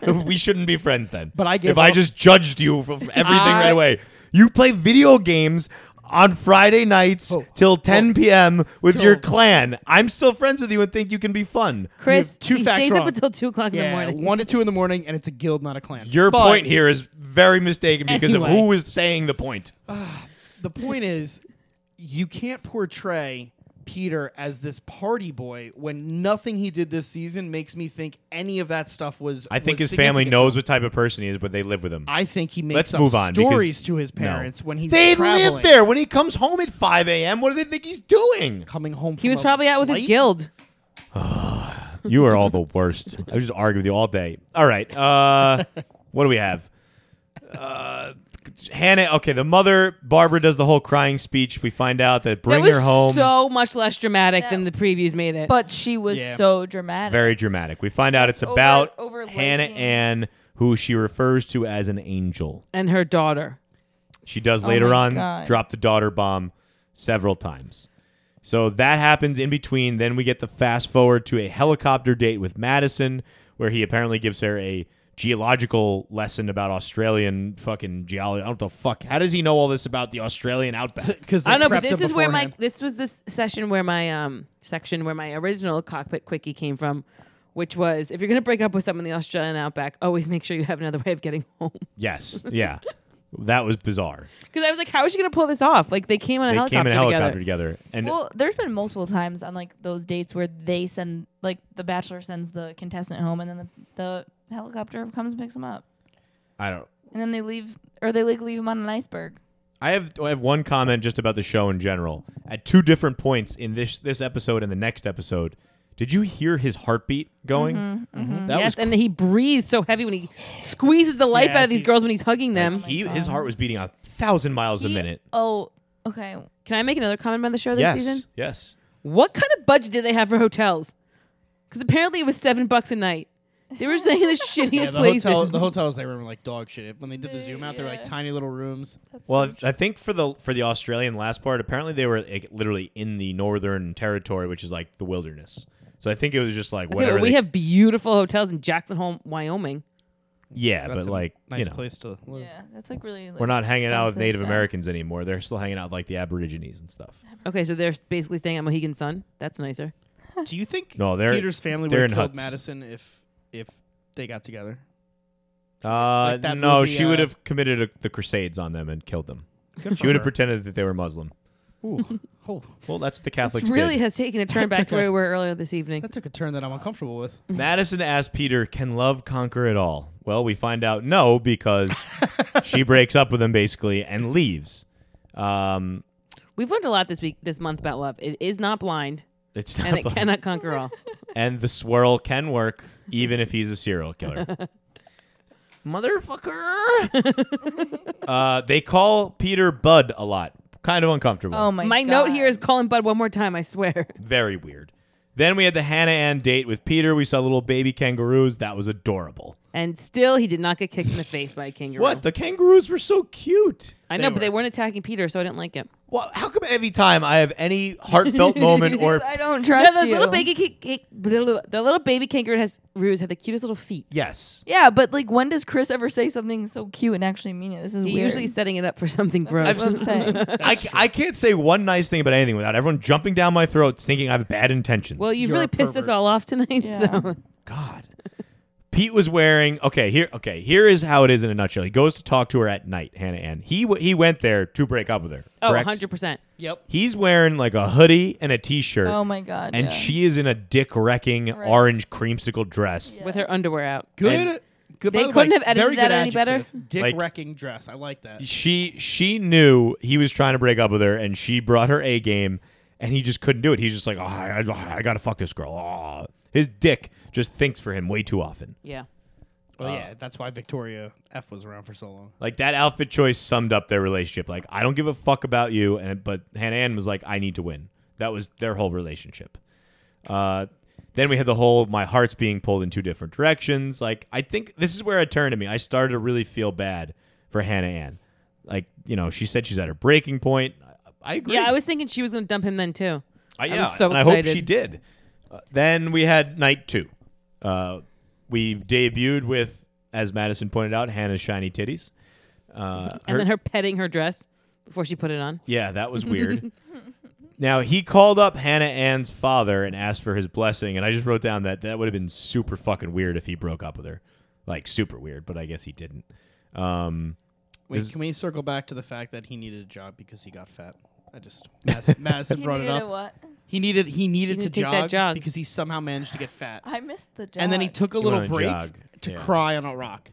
Speaker 9: look-
Speaker 1: we shouldn't be friends then.
Speaker 8: But I gave
Speaker 1: If I
Speaker 8: up.
Speaker 1: just judged you for everything
Speaker 8: I-
Speaker 1: right away, you play video games on Friday nights
Speaker 8: Oh,
Speaker 1: till 10
Speaker 8: oh.
Speaker 1: p.m. with
Speaker 8: Till-
Speaker 1: your clan. I'm still friends with you and think you can be fun.
Speaker 9: Chris,
Speaker 8: two
Speaker 9: he
Speaker 8: facts
Speaker 9: stays up
Speaker 8: wrong.
Speaker 9: until two o'clock in the morning.
Speaker 8: one to two in the morning, and it's a guild, not a clan.
Speaker 1: Your
Speaker 8: But
Speaker 1: point here is very mistaken because of
Speaker 8: Anyway.
Speaker 1: who is saying the point.
Speaker 8: The point is, you can't portray Peter as this party boy when nothing he did this season makes me think any of that stuff was.
Speaker 1: I think
Speaker 8: was
Speaker 1: his family
Speaker 8: significant.
Speaker 1: knows what type of person he is, but they live with him.
Speaker 8: I think he makes
Speaker 1: Let's
Speaker 8: up
Speaker 1: move on. because-
Speaker 8: stories to his
Speaker 1: No.
Speaker 8: parents when he's
Speaker 1: They
Speaker 8: traveling,
Speaker 1: live there. When he comes home at 5 a.m., what do they think he's doing?
Speaker 8: coming home.
Speaker 9: he was probably out with his guild.
Speaker 1: You are all the worst. I just argue with you all day. All right. Uh, what do we have? Uh, Hannah. Okay, the mother Barbara does the whole crying speech. We find out that bring
Speaker 9: that was
Speaker 1: her home.
Speaker 9: so much less dramatic
Speaker 7: That-
Speaker 9: than the previews made it.
Speaker 7: But she was
Speaker 8: Yeah.
Speaker 7: so dramatic.
Speaker 1: very dramatic. We find out it's
Speaker 7: Over-
Speaker 1: about
Speaker 7: overlapping.
Speaker 1: Hannah Ann, who she refers to as an angel.
Speaker 9: and her daughter.
Speaker 1: She does later
Speaker 7: my
Speaker 1: on
Speaker 7: God.
Speaker 1: drop the daughter bomb several times. So that happens in between. Then we get the fast forward to a helicopter date with Madison, where he apparently gives her a geological lesson about Australian fucking geology. I don't know the fuck. How does he know all this about the Australian outback?
Speaker 8: Because
Speaker 9: I don't know, but this is where my this was this session where my um section where my original cockpit quickie came from, which was if you're gonna break up with someone in the Australian outback, always make sure you have another way of getting home.
Speaker 1: yes. Yeah. that was bizarre.
Speaker 9: Because I was like, how is she gonna pull this off? Like they came on a,
Speaker 1: They
Speaker 9: helicopter,
Speaker 1: came in a helicopter
Speaker 9: together.
Speaker 1: together, and
Speaker 7: Well, there's been multiple times on like those dates where they send like the bachelor sends the contestant home and then the, the helicopter comes and picks them up.
Speaker 1: I don't.
Speaker 7: And then they leave or they like leave them on an iceberg.
Speaker 1: I have I have one comment just about the show in general. At two different points in this this episode and the next episode, did you hear his heartbeat going? That
Speaker 9: Mm-hmm, yes,
Speaker 1: was
Speaker 9: and he breathes so heavy when he squeezes the life
Speaker 8: Yes,
Speaker 9: out of these
Speaker 8: he's-
Speaker 9: girls when he's hugging them. Oh
Speaker 1: he his heart was beating a thousand miles a
Speaker 7: He-
Speaker 1: minute.
Speaker 7: Oh, okay.
Speaker 9: Can I make another comment about the show this
Speaker 1: Yes,
Speaker 9: season?
Speaker 1: yes.
Speaker 9: What kind of budget did they have for hotels? Because apparently it was seven bucks a night. They were staying in the shittiest
Speaker 8: yeah, the,
Speaker 9: places.
Speaker 8: hotel, the hotels they were like dog shit. When they did the zoom out, they're like tiny little rooms.
Speaker 1: Well, I think for the for the Australian last part, apparently they were like, literally in the northern territory, which is like the wilderness. So I think it was just like
Speaker 9: Okay,
Speaker 1: whatever.
Speaker 9: well, we
Speaker 1: they-
Speaker 9: have beautiful hotels in Jackson Hole, Wyoming.
Speaker 1: yeah,
Speaker 8: That's
Speaker 1: but
Speaker 8: a
Speaker 1: like
Speaker 8: nice
Speaker 1: you know,
Speaker 8: place to live.
Speaker 7: Yeah, that's like really. Like,
Speaker 1: we're not hanging out with Native
Speaker 7: expensive, yeah.
Speaker 1: Americans anymore. They're still hanging out with, like the Aborigines and stuff.
Speaker 9: Okay, so they're basically staying at Mohegan Sun. That's nicer.
Speaker 8: Do you think
Speaker 1: No, they're-
Speaker 8: Peter's family
Speaker 1: they're
Speaker 8: would have
Speaker 1: in
Speaker 8: killed
Speaker 1: huts.
Speaker 8: Madison if if they got together?
Speaker 1: Uh,
Speaker 8: Like that
Speaker 1: no,
Speaker 8: movie,
Speaker 1: she would
Speaker 8: uh,
Speaker 1: have committed a, the Crusades on them and killed them.
Speaker 8: Good
Speaker 1: She would have pretended that they were Muslim.
Speaker 8: Ooh. Oh,
Speaker 1: Well, that's what the
Speaker 9: This
Speaker 1: Catholics
Speaker 9: really
Speaker 1: did.
Speaker 9: has taken a turn back
Speaker 8: took
Speaker 9: to where
Speaker 8: a-
Speaker 9: we were earlier this evening.
Speaker 8: that took a turn that I'm uncomfortable with.
Speaker 1: Mm-hmm. Madison asked Peter, "Can love conquer it all?" Well, we find out no because she breaks up with him basically and leaves. Um,
Speaker 9: We've learned a lot this week, this month about love. It is not blind,
Speaker 1: it's not
Speaker 9: and it
Speaker 1: like-
Speaker 9: cannot conquer all.
Speaker 1: and the swirl can work even if he's a serial killer. Motherfucker. uh, they call Peter Bud a lot. Kind of uncomfortable.
Speaker 7: Oh my.
Speaker 9: My
Speaker 7: God.
Speaker 9: note here is calling Bud one more time. I swear.
Speaker 1: Very weird. Then we had the Hannah Ann date with Peter. We saw little baby kangaroos. That was adorable.
Speaker 9: And still, he did not get kicked in the face by a kangaroo.
Speaker 1: What? The kangaroos were so cute.
Speaker 9: I know, but they weren't attacking Peter, so I didn't like it.
Speaker 1: Well, how come every time I have any heartfelt moment or
Speaker 7: I don't
Speaker 9: No,
Speaker 7: trust
Speaker 9: the
Speaker 7: you.
Speaker 9: little baby, ki- ki- the little baby kangaroo has roos had the cutest little feet.
Speaker 1: yes,
Speaker 7: Yeah, but like, when does Chris ever say something so cute and actually mean it? This is
Speaker 9: He
Speaker 7: weird.
Speaker 9: usually is setting it up for something gross.
Speaker 7: That's what I'm saying.
Speaker 1: I, I can't say one nice thing about anything without everyone jumping down my throat, thinking I have bad intentions.
Speaker 9: Well, you've
Speaker 8: You're
Speaker 9: really
Speaker 8: a
Speaker 9: pissed us
Speaker 8: pervert.
Speaker 9: all off tonight.
Speaker 7: Yeah.
Speaker 9: So
Speaker 1: God. Pete was wearing okay here okay here is how it is in a nutshell. He goes to talk to her at night, Hannah Ann. He w- he went there to break up with her.
Speaker 9: oh,
Speaker 1: correct?
Speaker 9: 100 percent.
Speaker 8: Yep.
Speaker 1: He's wearing like a hoodie and a t-shirt.
Speaker 7: Oh my god.
Speaker 1: and
Speaker 7: yeah.
Speaker 1: she is in a dick wrecking
Speaker 7: Right.
Speaker 1: orange creamsicle dress.
Speaker 9: with her underwear out.
Speaker 8: Good.
Speaker 1: And-
Speaker 8: good
Speaker 9: They
Speaker 8: by the
Speaker 9: couldn't
Speaker 8: way,
Speaker 9: have edited
Speaker 8: very good
Speaker 9: that any better?
Speaker 8: adjective. Dick
Speaker 1: Like-
Speaker 8: wrecking dress. I like that.
Speaker 1: She she knew he was trying to break up with her, and she brought her A game, and he just couldn't do it. He's just like, oh, I, I, I gotta fuck this girl. Oh. His dick just thinks for him way too often.
Speaker 9: Yeah.
Speaker 1: uh,
Speaker 8: Well, yeah, that's why Victoria F was around for so long.
Speaker 1: Like that outfit choice summed up their relationship. Like I don't give a fuck about you, and but Hannah Ann was like, I need to win. That was their whole relationship. Uh, then we had the whole my heart's being pulled in two different directions. Like I think this is where it turned to me. I started to really feel bad for Hannah Ann. Like you know, she said she's at her breaking point. I, I agree.
Speaker 9: Yeah, I was thinking she was going to dump him then too.
Speaker 1: I,
Speaker 9: I
Speaker 1: yeah,
Speaker 9: was so
Speaker 1: and I hope
Speaker 9: excited.
Speaker 1: she did. Uh, then we had night two. Uh, we debuted with, as Madison pointed out, Hannah's shiny titties. Uh,
Speaker 9: And then her petting her dress before she put it on.
Speaker 1: Yeah, that was weird. now he called up Hannah Ann's father and asked for his blessing, and I just wrote down that that would have been super fucking weird if he broke up with her, like super weird. But I guess he didn't. Um,
Speaker 8: Wait,
Speaker 1: Is-
Speaker 8: can we circle back to the fact that he needed a job because he got fat? I just Madison, Madison brought it
Speaker 7: Needed a
Speaker 8: up.
Speaker 7: What?
Speaker 8: He needed he needed to
Speaker 9: He needed to take that
Speaker 8: jog,
Speaker 9: jog.
Speaker 8: because he somehow managed to get fat,
Speaker 7: I missed the job.
Speaker 8: and then he took a
Speaker 1: He
Speaker 8: little
Speaker 1: went on
Speaker 8: break
Speaker 1: jog,
Speaker 8: to
Speaker 1: yeah.
Speaker 8: cry on a rock.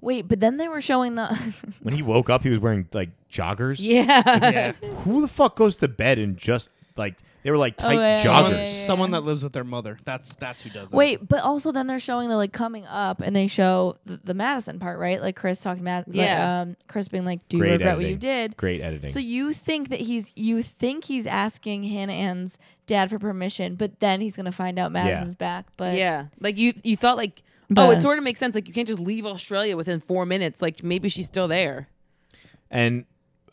Speaker 7: Wait, but then they were showing the.
Speaker 1: when he woke up, he was wearing like joggers.
Speaker 9: Yeah.
Speaker 8: Yeah,
Speaker 1: Who the fuck goes to bed and just like they were like tight
Speaker 7: yeah,
Speaker 1: joggers?
Speaker 8: someone,
Speaker 7: yeah, yeah.
Speaker 8: someone that lives with their mother. That's that's who does that.
Speaker 7: Wait, but also then they're showing the like coming up, and they show the, the Madison part, right? Like Chris talking about,
Speaker 9: Yeah.
Speaker 7: Like, um, Chris being like, "Do you
Speaker 1: Great
Speaker 7: regret
Speaker 1: editing.
Speaker 7: what you did?"
Speaker 1: Great editing.
Speaker 7: So you think that he's you think he's asking Hannah Ann's dad for permission, but then he's gonna find out Madison's back. But
Speaker 9: yeah. Like you you thought like oh,
Speaker 7: But-
Speaker 9: it sort of makes sense. Like you can't just leave Australia within four minutes. Like maybe she's still there.
Speaker 1: And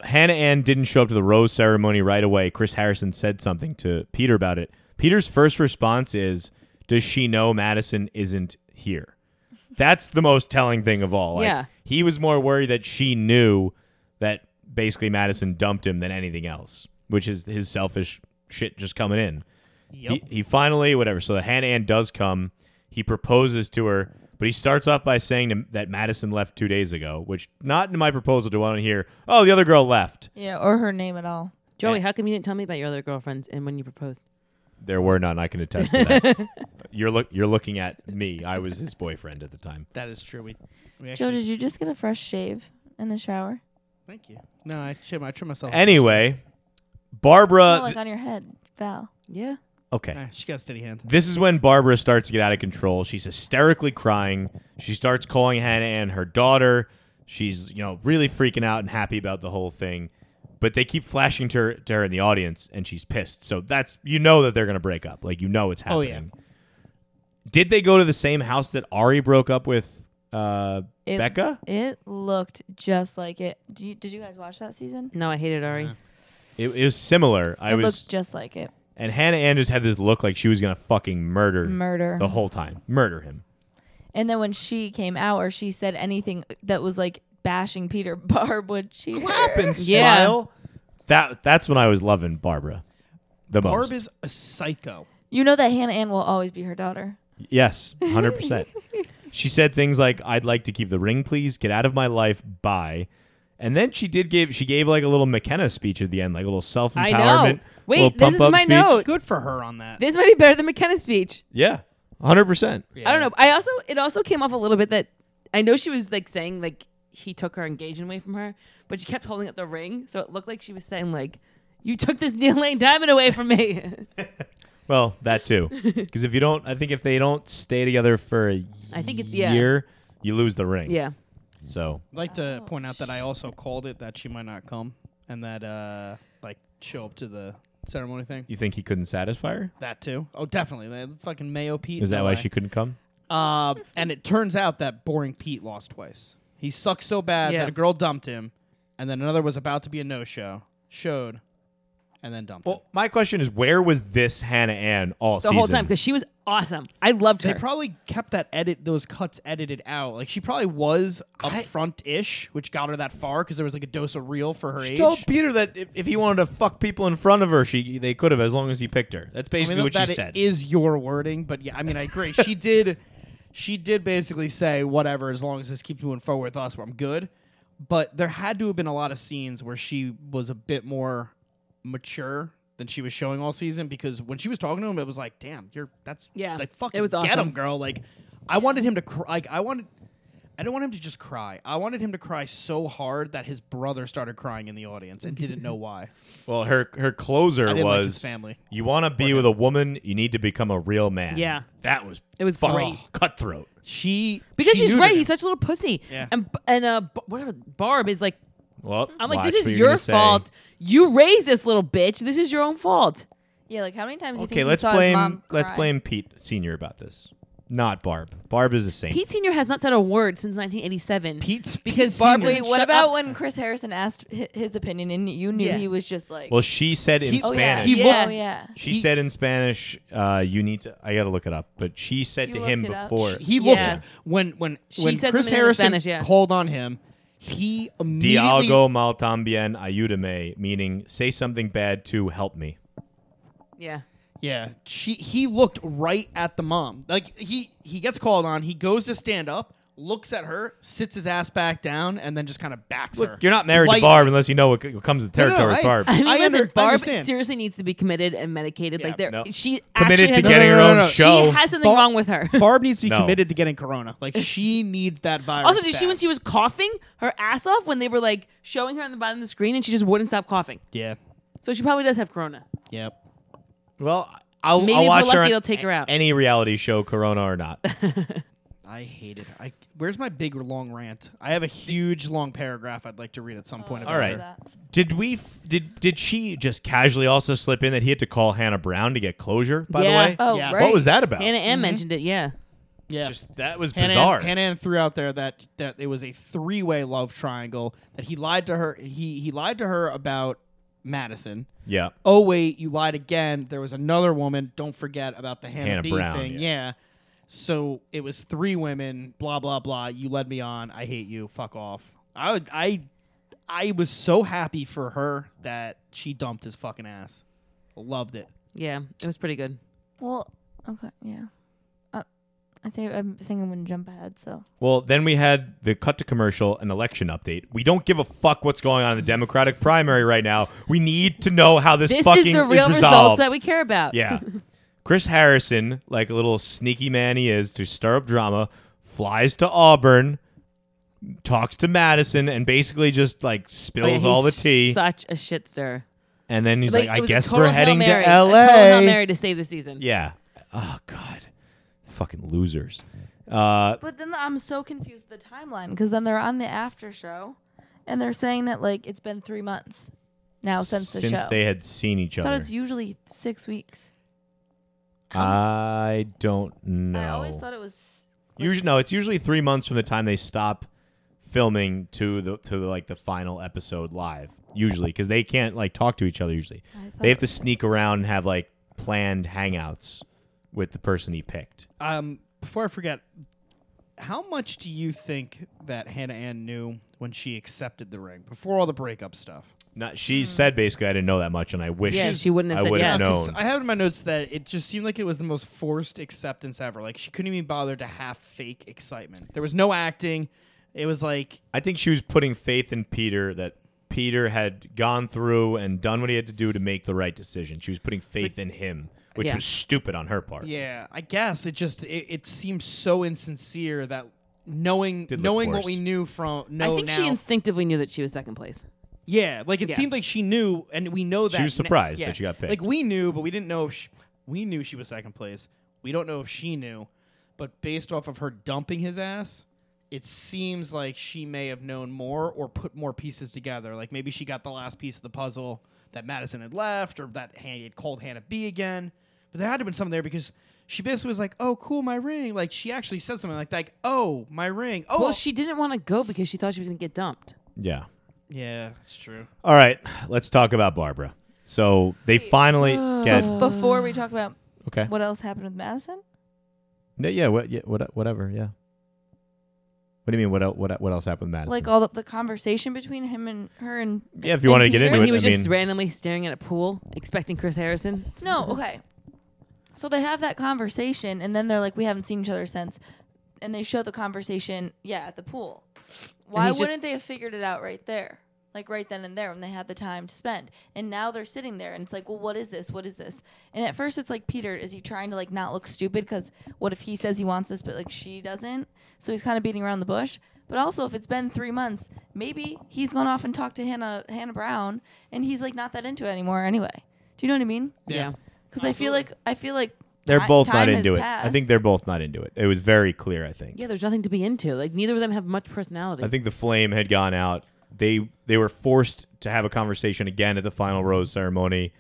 Speaker 1: Hannah Ann didn't show up to the rose ceremony right away. Chris Harrison said something to Peter about it. Peter's first response is, "Does she know Madison isn't here?" That's the most telling thing of all. Like,
Speaker 9: Yeah.
Speaker 1: he was more worried that she knew that basically Madison dumped him than anything else, which is his selfish shit just coming in.
Speaker 8: Yep.
Speaker 1: He, he finally, whatever. So the Hannah Ann does come. He proposes to her, but he starts off by saying to, that Madison left two days ago, which not in my proposal do I want to hear. Oh, the other girl left.
Speaker 7: yeah, or her name at all.
Speaker 9: Joey, how come you didn't tell me about your other girlfriends and when you proposed?
Speaker 1: There were none. I can attest to that. you're look. You're looking at me. I was his boyfriend at the time.
Speaker 8: that is true. We, we
Speaker 7: Joe,
Speaker 8: actually,
Speaker 7: did you just get a fresh shave in the shower?
Speaker 8: thank you. No, I trim, I trim myself.
Speaker 1: Anyway,
Speaker 7: no,
Speaker 1: Barbara.
Speaker 7: like on your head, Val.
Speaker 9: Yeah.
Speaker 1: Okay.
Speaker 8: Ah, she got a steady hand.
Speaker 1: This is when Barbara starts to get out of control. She's hysterically crying. She starts calling Hannah Ann her daughter. She's, you know, really freaking out and happy about the whole thing. But they keep flashing to her, to her in the audience and she's pissed. So that's, you know, that they're going to break up. Like, you know, it's
Speaker 8: Oh,
Speaker 1: happening.
Speaker 8: yeah.
Speaker 1: Did they go to the same house that Ari broke up with uh,
Speaker 7: It,
Speaker 1: Becca?
Speaker 7: It looked just like it. Do you, did you guys watch that season?
Speaker 9: No, I hated Ari.
Speaker 1: It, it was similar. I
Speaker 7: it
Speaker 1: was,
Speaker 7: looked just like it.
Speaker 1: and Hannah Ann just had this look like she was going to fucking murder,
Speaker 7: Murder.
Speaker 1: the whole time. Murder him.
Speaker 7: And then when she came out or she said anything that was like bashing Peter, Barb would cheer.
Speaker 1: and
Speaker 9: Yeah.
Speaker 1: smile. That that's when I was loving Barbara the most.
Speaker 8: Barb is a psycho.
Speaker 7: You know that Hannah Ann will always be her daughter.
Speaker 1: yes, hundred percent. She said things like, "I'd like to keep the ring, please. Get out of my life. Bye." And then she did give she gave like a little McKenna speech at the end, like a little self
Speaker 9: I know.
Speaker 1: empowerment.
Speaker 9: Wait,
Speaker 1: little
Speaker 9: this is
Speaker 1: pump-up
Speaker 9: my
Speaker 1: speech.
Speaker 9: note.
Speaker 8: Good for her on that.
Speaker 9: This might be better than McKenna's speech.
Speaker 1: Yeah, hundred percent.
Speaker 9: I don't know. I also it also came off a little bit that I know she was like saying like he took her engagement away from her, but she kept holding up the ring, so it looked like she was saying like you took this Neil Lane diamond away from me.
Speaker 1: Well, that too, because if you don't, I think if they don't stay together for a
Speaker 9: I think it's yeah.
Speaker 1: year, you lose the ring.
Speaker 9: Yeah.
Speaker 1: So
Speaker 8: I'd like
Speaker 9: Oh,
Speaker 8: to point out that I also called it that she might not come and that uh like show up to the ceremony thing.
Speaker 1: you think he couldn't satisfy her?
Speaker 8: That too. Oh, definitely. That fucking Mayo Pete.
Speaker 1: Is that
Speaker 8: no
Speaker 1: why
Speaker 8: way.
Speaker 1: she couldn't come?
Speaker 8: Uh, and it turns out that boring Pete lost twice. He sucked so bad
Speaker 9: Yeah.
Speaker 8: that a girl dumped him, and then another was about to be a no-show, showed, and then dumped. him.
Speaker 1: Well, my question is, where was this Hannah Ann all
Speaker 9: The whole time because she was awesome. I loved
Speaker 8: They
Speaker 9: her.
Speaker 8: probably kept that edit, those cuts edited out. Like she probably was upfront-ish, which got her that far because there was like a dose of real for her
Speaker 1: She
Speaker 8: age.
Speaker 1: told Peter that if, if he wanted to fuck people in front of her, she they could have as long as he picked her. That's
Speaker 8: I mean,
Speaker 1: basically
Speaker 8: that-
Speaker 1: what
Speaker 8: that
Speaker 1: she said.
Speaker 8: is your wording, but yeah, I mean, I agree. she did, she did basically say whatever as long as this keeps moving forward with us, I'm good. But there had to have been a lot of scenes where she was a bit more mature than she was showing all season because when she was talking to him, it was like, damn, you're that's
Speaker 9: Yeah,
Speaker 8: like
Speaker 9: it
Speaker 8: fucking
Speaker 9: was
Speaker 8: get
Speaker 9: awesome.
Speaker 8: him, girl. Like, I wanted him to cry. Like, I wanted. I didn't want him to just cry. I wanted him to cry so hard that his brother started crying in the audience and didn't know why.
Speaker 1: well, her her closer
Speaker 8: I didn't like his
Speaker 1: was
Speaker 8: family.
Speaker 1: you want to be with a woman, you need to become a real man.
Speaker 9: Yeah.
Speaker 1: that was
Speaker 9: It was
Speaker 1: fucking
Speaker 9: great.
Speaker 1: cutthroat.
Speaker 8: She
Speaker 9: because
Speaker 8: she
Speaker 9: she's
Speaker 8: neutered
Speaker 9: right.
Speaker 8: him.
Speaker 9: He's such a little pussy.
Speaker 8: Yeah.
Speaker 9: And B- and uh B- whatever Barb is like.
Speaker 1: Well,
Speaker 9: I'm like
Speaker 1: watch
Speaker 9: this
Speaker 1: what
Speaker 9: is
Speaker 1: you're
Speaker 9: your
Speaker 1: gonna say.
Speaker 9: fault. You raised this little bitch. This is your own fault.
Speaker 7: Yeah, like how many times? you
Speaker 1: Okay,
Speaker 7: think
Speaker 1: let's
Speaker 7: you saw his
Speaker 1: blame
Speaker 7: mom
Speaker 1: let's
Speaker 7: cry?
Speaker 1: blame Pete Senior about this, not Barb. Barb is a saint.
Speaker 9: Pete Senior has not said a word since 1987.
Speaker 8: Pete's
Speaker 9: because
Speaker 8: Pete
Speaker 9: Barb
Speaker 8: Senior.
Speaker 9: wouldn't
Speaker 7: Wait, what
Speaker 9: shut
Speaker 7: about
Speaker 9: up.
Speaker 7: when Chris Harrison asked hi- his opinion and you knew
Speaker 9: Yeah.
Speaker 7: he was just like,
Speaker 1: well, she said in
Speaker 8: He's-
Speaker 7: oh
Speaker 1: Spanish.
Speaker 7: yeah,
Speaker 8: He
Speaker 7: yeah,
Speaker 8: looked-
Speaker 7: oh, yeah.
Speaker 1: she
Speaker 8: he-
Speaker 1: said in Spanish, uh, "You need to." I gotta look it up, but she said
Speaker 7: You
Speaker 1: to
Speaker 7: looked
Speaker 1: him
Speaker 7: it up?
Speaker 1: before.
Speaker 8: he
Speaker 9: Yeah.
Speaker 8: looked when when
Speaker 9: She
Speaker 8: when
Speaker 9: said
Speaker 8: Chris
Speaker 9: something in
Speaker 8: Harrison
Speaker 9: Spanish, yeah.
Speaker 8: called on him. He immediately
Speaker 1: Dialgo mal también ayúdame, meaning say something bad to help me.
Speaker 9: Yeah.
Speaker 8: yeah she he looked right at the mom like he he gets called on. He goes to stand up, looks at her, sits his ass back down, and then just kind of backs her.
Speaker 1: Look, you're not married
Speaker 8: Lightly.
Speaker 1: to Barb unless you know what, c- what comes with
Speaker 8: No, no,
Speaker 1: territory with
Speaker 8: I-
Speaker 1: Barb.
Speaker 9: I mean,
Speaker 8: I
Speaker 9: listen,
Speaker 8: under- I
Speaker 9: Barb
Speaker 8: understand.
Speaker 9: seriously needs to be committed and medicated. like,
Speaker 8: Yeah.
Speaker 9: there,
Speaker 1: No.
Speaker 9: she
Speaker 1: Committed
Speaker 9: actually
Speaker 1: to
Speaker 9: has a-
Speaker 1: getting her
Speaker 8: No, no,
Speaker 1: own
Speaker 8: no, no.
Speaker 1: show.
Speaker 9: She has something
Speaker 8: Bar-
Speaker 9: wrong with her.
Speaker 8: Barb needs to be
Speaker 1: No.
Speaker 8: committed to getting corona. Like she needs that virus.
Speaker 9: Also, did she
Speaker 8: bad.
Speaker 9: when she was coughing her ass off when they were like showing her on the bottom of the screen and she just wouldn't stop coughing.
Speaker 8: yeah
Speaker 9: So she probably does have corona.
Speaker 8: yep.
Speaker 1: well, I'll,
Speaker 9: Maybe
Speaker 1: I'll
Speaker 9: if
Speaker 1: watch
Speaker 9: we're lucky,
Speaker 1: her on
Speaker 9: it'll take her out.
Speaker 1: any reality show, Corona or not.
Speaker 8: I hated. I where's my big long rant? I have a huge long paragraph I'd like to read at some point. About
Speaker 1: All right.
Speaker 8: her.
Speaker 7: that.
Speaker 1: Did we? F- did did she just casually also slip in that he had to call Hannah Brown to get closure? By
Speaker 9: Yeah.
Speaker 1: the way,
Speaker 7: Oh,
Speaker 8: Yeah. Mm-hmm.
Speaker 7: yeah.
Speaker 8: What
Speaker 1: what was that about?
Speaker 9: Hannah Ann mentioned it. Yeah.
Speaker 8: Yeah.
Speaker 1: Just that was
Speaker 8: Hannah
Speaker 1: bizarre.
Speaker 8: Hannah Ann threw out there that that it was a three way love triangle. That he lied to her. He he lied to her about Madison.
Speaker 1: yeah.
Speaker 8: Oh wait, you lied again. There was another woman. Don't forget about the Hannah,
Speaker 1: Hannah
Speaker 8: B
Speaker 1: Brown,
Speaker 8: thing.
Speaker 1: yeah.
Speaker 8: Yeah. So it was three women. Blah blah blah. You led me on. I hate you. Fuck off. I would, I I was so happy for her that she dumped his fucking ass. Loved it.
Speaker 9: Yeah. It was pretty good.
Speaker 7: Well, okay, yeah. Uh, I think I think I'm gonna jump ahead. So
Speaker 1: Well, then we had the cut to commercial and election update. We don't give a fuck what's going on in the Democratic primary right now. We need to know how this,
Speaker 9: This
Speaker 1: fucking
Speaker 9: is the real results
Speaker 1: resolved.
Speaker 9: that we care about.
Speaker 1: yeah. Chris Harrison, like a little sneaky man he is to stir up drama, flies to Auburn, talks to Madison, and basically just like
Speaker 9: Oh, yeah,
Speaker 1: spills all the
Speaker 9: he's
Speaker 1: tea.
Speaker 9: Such a shit stir.
Speaker 1: and then he's like,
Speaker 9: it
Speaker 1: I
Speaker 9: was a
Speaker 1: guess
Speaker 9: total
Speaker 1: we're
Speaker 9: Hail
Speaker 1: heading
Speaker 9: Mary,
Speaker 1: to LA.
Speaker 9: A total Hail Mary to save the season.
Speaker 1: Yeah. Oh, God. Fucking losers. Uh,
Speaker 7: But then I'm so confused with the timeline because then they're on the after show, and they're saying that like it's been three months now since the show.
Speaker 1: they had seen each
Speaker 7: I
Speaker 1: other.
Speaker 7: thought it's usually six weeks.
Speaker 1: I don't know.
Speaker 7: I always thought it was.
Speaker 1: usually no, it's usually three months from the time they stop filming to the to the, like the final episode live. Usually, because they can't like talk to each other. Usually,
Speaker 7: thought
Speaker 1: they have
Speaker 7: it
Speaker 1: to sneak around and have like planned hangouts with the person he picked.
Speaker 8: Um, before I forget, how much do you think that Hannah Ann knew when she accepted the ring before all the breakup stuff?
Speaker 1: Not
Speaker 7: Hmm.
Speaker 1: she said basically I didn't know that much, and I wish
Speaker 9: Yeah, she wouldn't have
Speaker 1: I
Speaker 9: said
Speaker 1: would have
Speaker 9: yes.
Speaker 1: known.
Speaker 8: I have in my notes that it just seemed like it was the most forced acceptance ever. Like she couldn't even bother to half fake excitement. There was no acting, It was like
Speaker 1: I think she was putting faith in Peter that Peter had gone through and done what he had to do to make the right decision. She was putting faith in him, which
Speaker 9: Yeah.
Speaker 1: was stupid on her part.
Speaker 8: Yeah, I guess it just it, it seems so insincere that knowing
Speaker 1: Did look
Speaker 8: knowing what
Speaker 1: forced.
Speaker 8: we knew from
Speaker 9: I
Speaker 8: no
Speaker 9: think
Speaker 8: now,
Speaker 9: she instinctively knew that she was second place.
Speaker 8: yeah, like it
Speaker 9: Yeah.
Speaker 8: seemed like she knew, and we know that
Speaker 1: was
Speaker 8: na-
Speaker 1: surprised
Speaker 8: yeah.
Speaker 1: that she got picked.
Speaker 8: Like we knew, but we didn't know if she, we knew she was second place. We don't know if she knew, but based off of her dumping his ass, it seems like she may have known more or put more pieces together. Like maybe she got the last piece of the puzzle that Madison had left, or that Hannah had called Hannah B again. But there had to have been something there because she basically was like, "Oh, cool, my ring." Like she actually said something like, "Like, oh, my ring." Oh,
Speaker 9: Well, she didn't want to go because she thought she was going to get dumped.
Speaker 1: Yeah.
Speaker 8: yeah, it's true.
Speaker 1: All right, let's talk about Barbara. So they finally get
Speaker 7: Before we talk about
Speaker 1: okay.
Speaker 7: uh, what else happened with Madison,
Speaker 1: Yeah, yeah, what, yeah, what, whatever. Yeah. What do you mean? What el- what what else happened with Madison?
Speaker 7: like all the, the conversation between him and her and
Speaker 1: yeah, if you want to
Speaker 7: and
Speaker 1: get
Speaker 7: Peter?
Speaker 1: into
Speaker 9: And
Speaker 1: it,
Speaker 9: he was
Speaker 1: I
Speaker 9: just
Speaker 1: mean,
Speaker 9: randomly staring at a pool, expecting Chris Harrison.
Speaker 7: No, okay. So they have that conversation, and then they're like, "We haven't seen each other since," and they show the conversation, yeah, at the pool. Why
Speaker 9: he's just-
Speaker 7: wouldn't they have figured it out right there, like right then and there, when they had the time to spend? And now they're sitting there, and it's like, "Well, what is this? What is this?" And at first, it's like, Peter, is he trying to like not look stupid? Because what if he says he wants this, but like she doesn't? So he's kind of beating around the bush. But also, if it's been three months, maybe he's gone off and talked to Hannah Hannah Brown, and he's like not that into it anymore anyway. Do you know what I mean?
Speaker 9: Yeah.
Speaker 7: Because I feel like I feel like
Speaker 1: they're
Speaker 7: ti-
Speaker 1: both
Speaker 7: time
Speaker 1: not
Speaker 7: has
Speaker 1: into it. I
Speaker 7: passed.
Speaker 1: think they're both not into it. It was very clear. I think.
Speaker 9: Yeah, there's nothing to be into. Like, neither of them have much personality.
Speaker 1: I think the flame had gone out. They they were forced to have a conversation again at the final rose ceremony,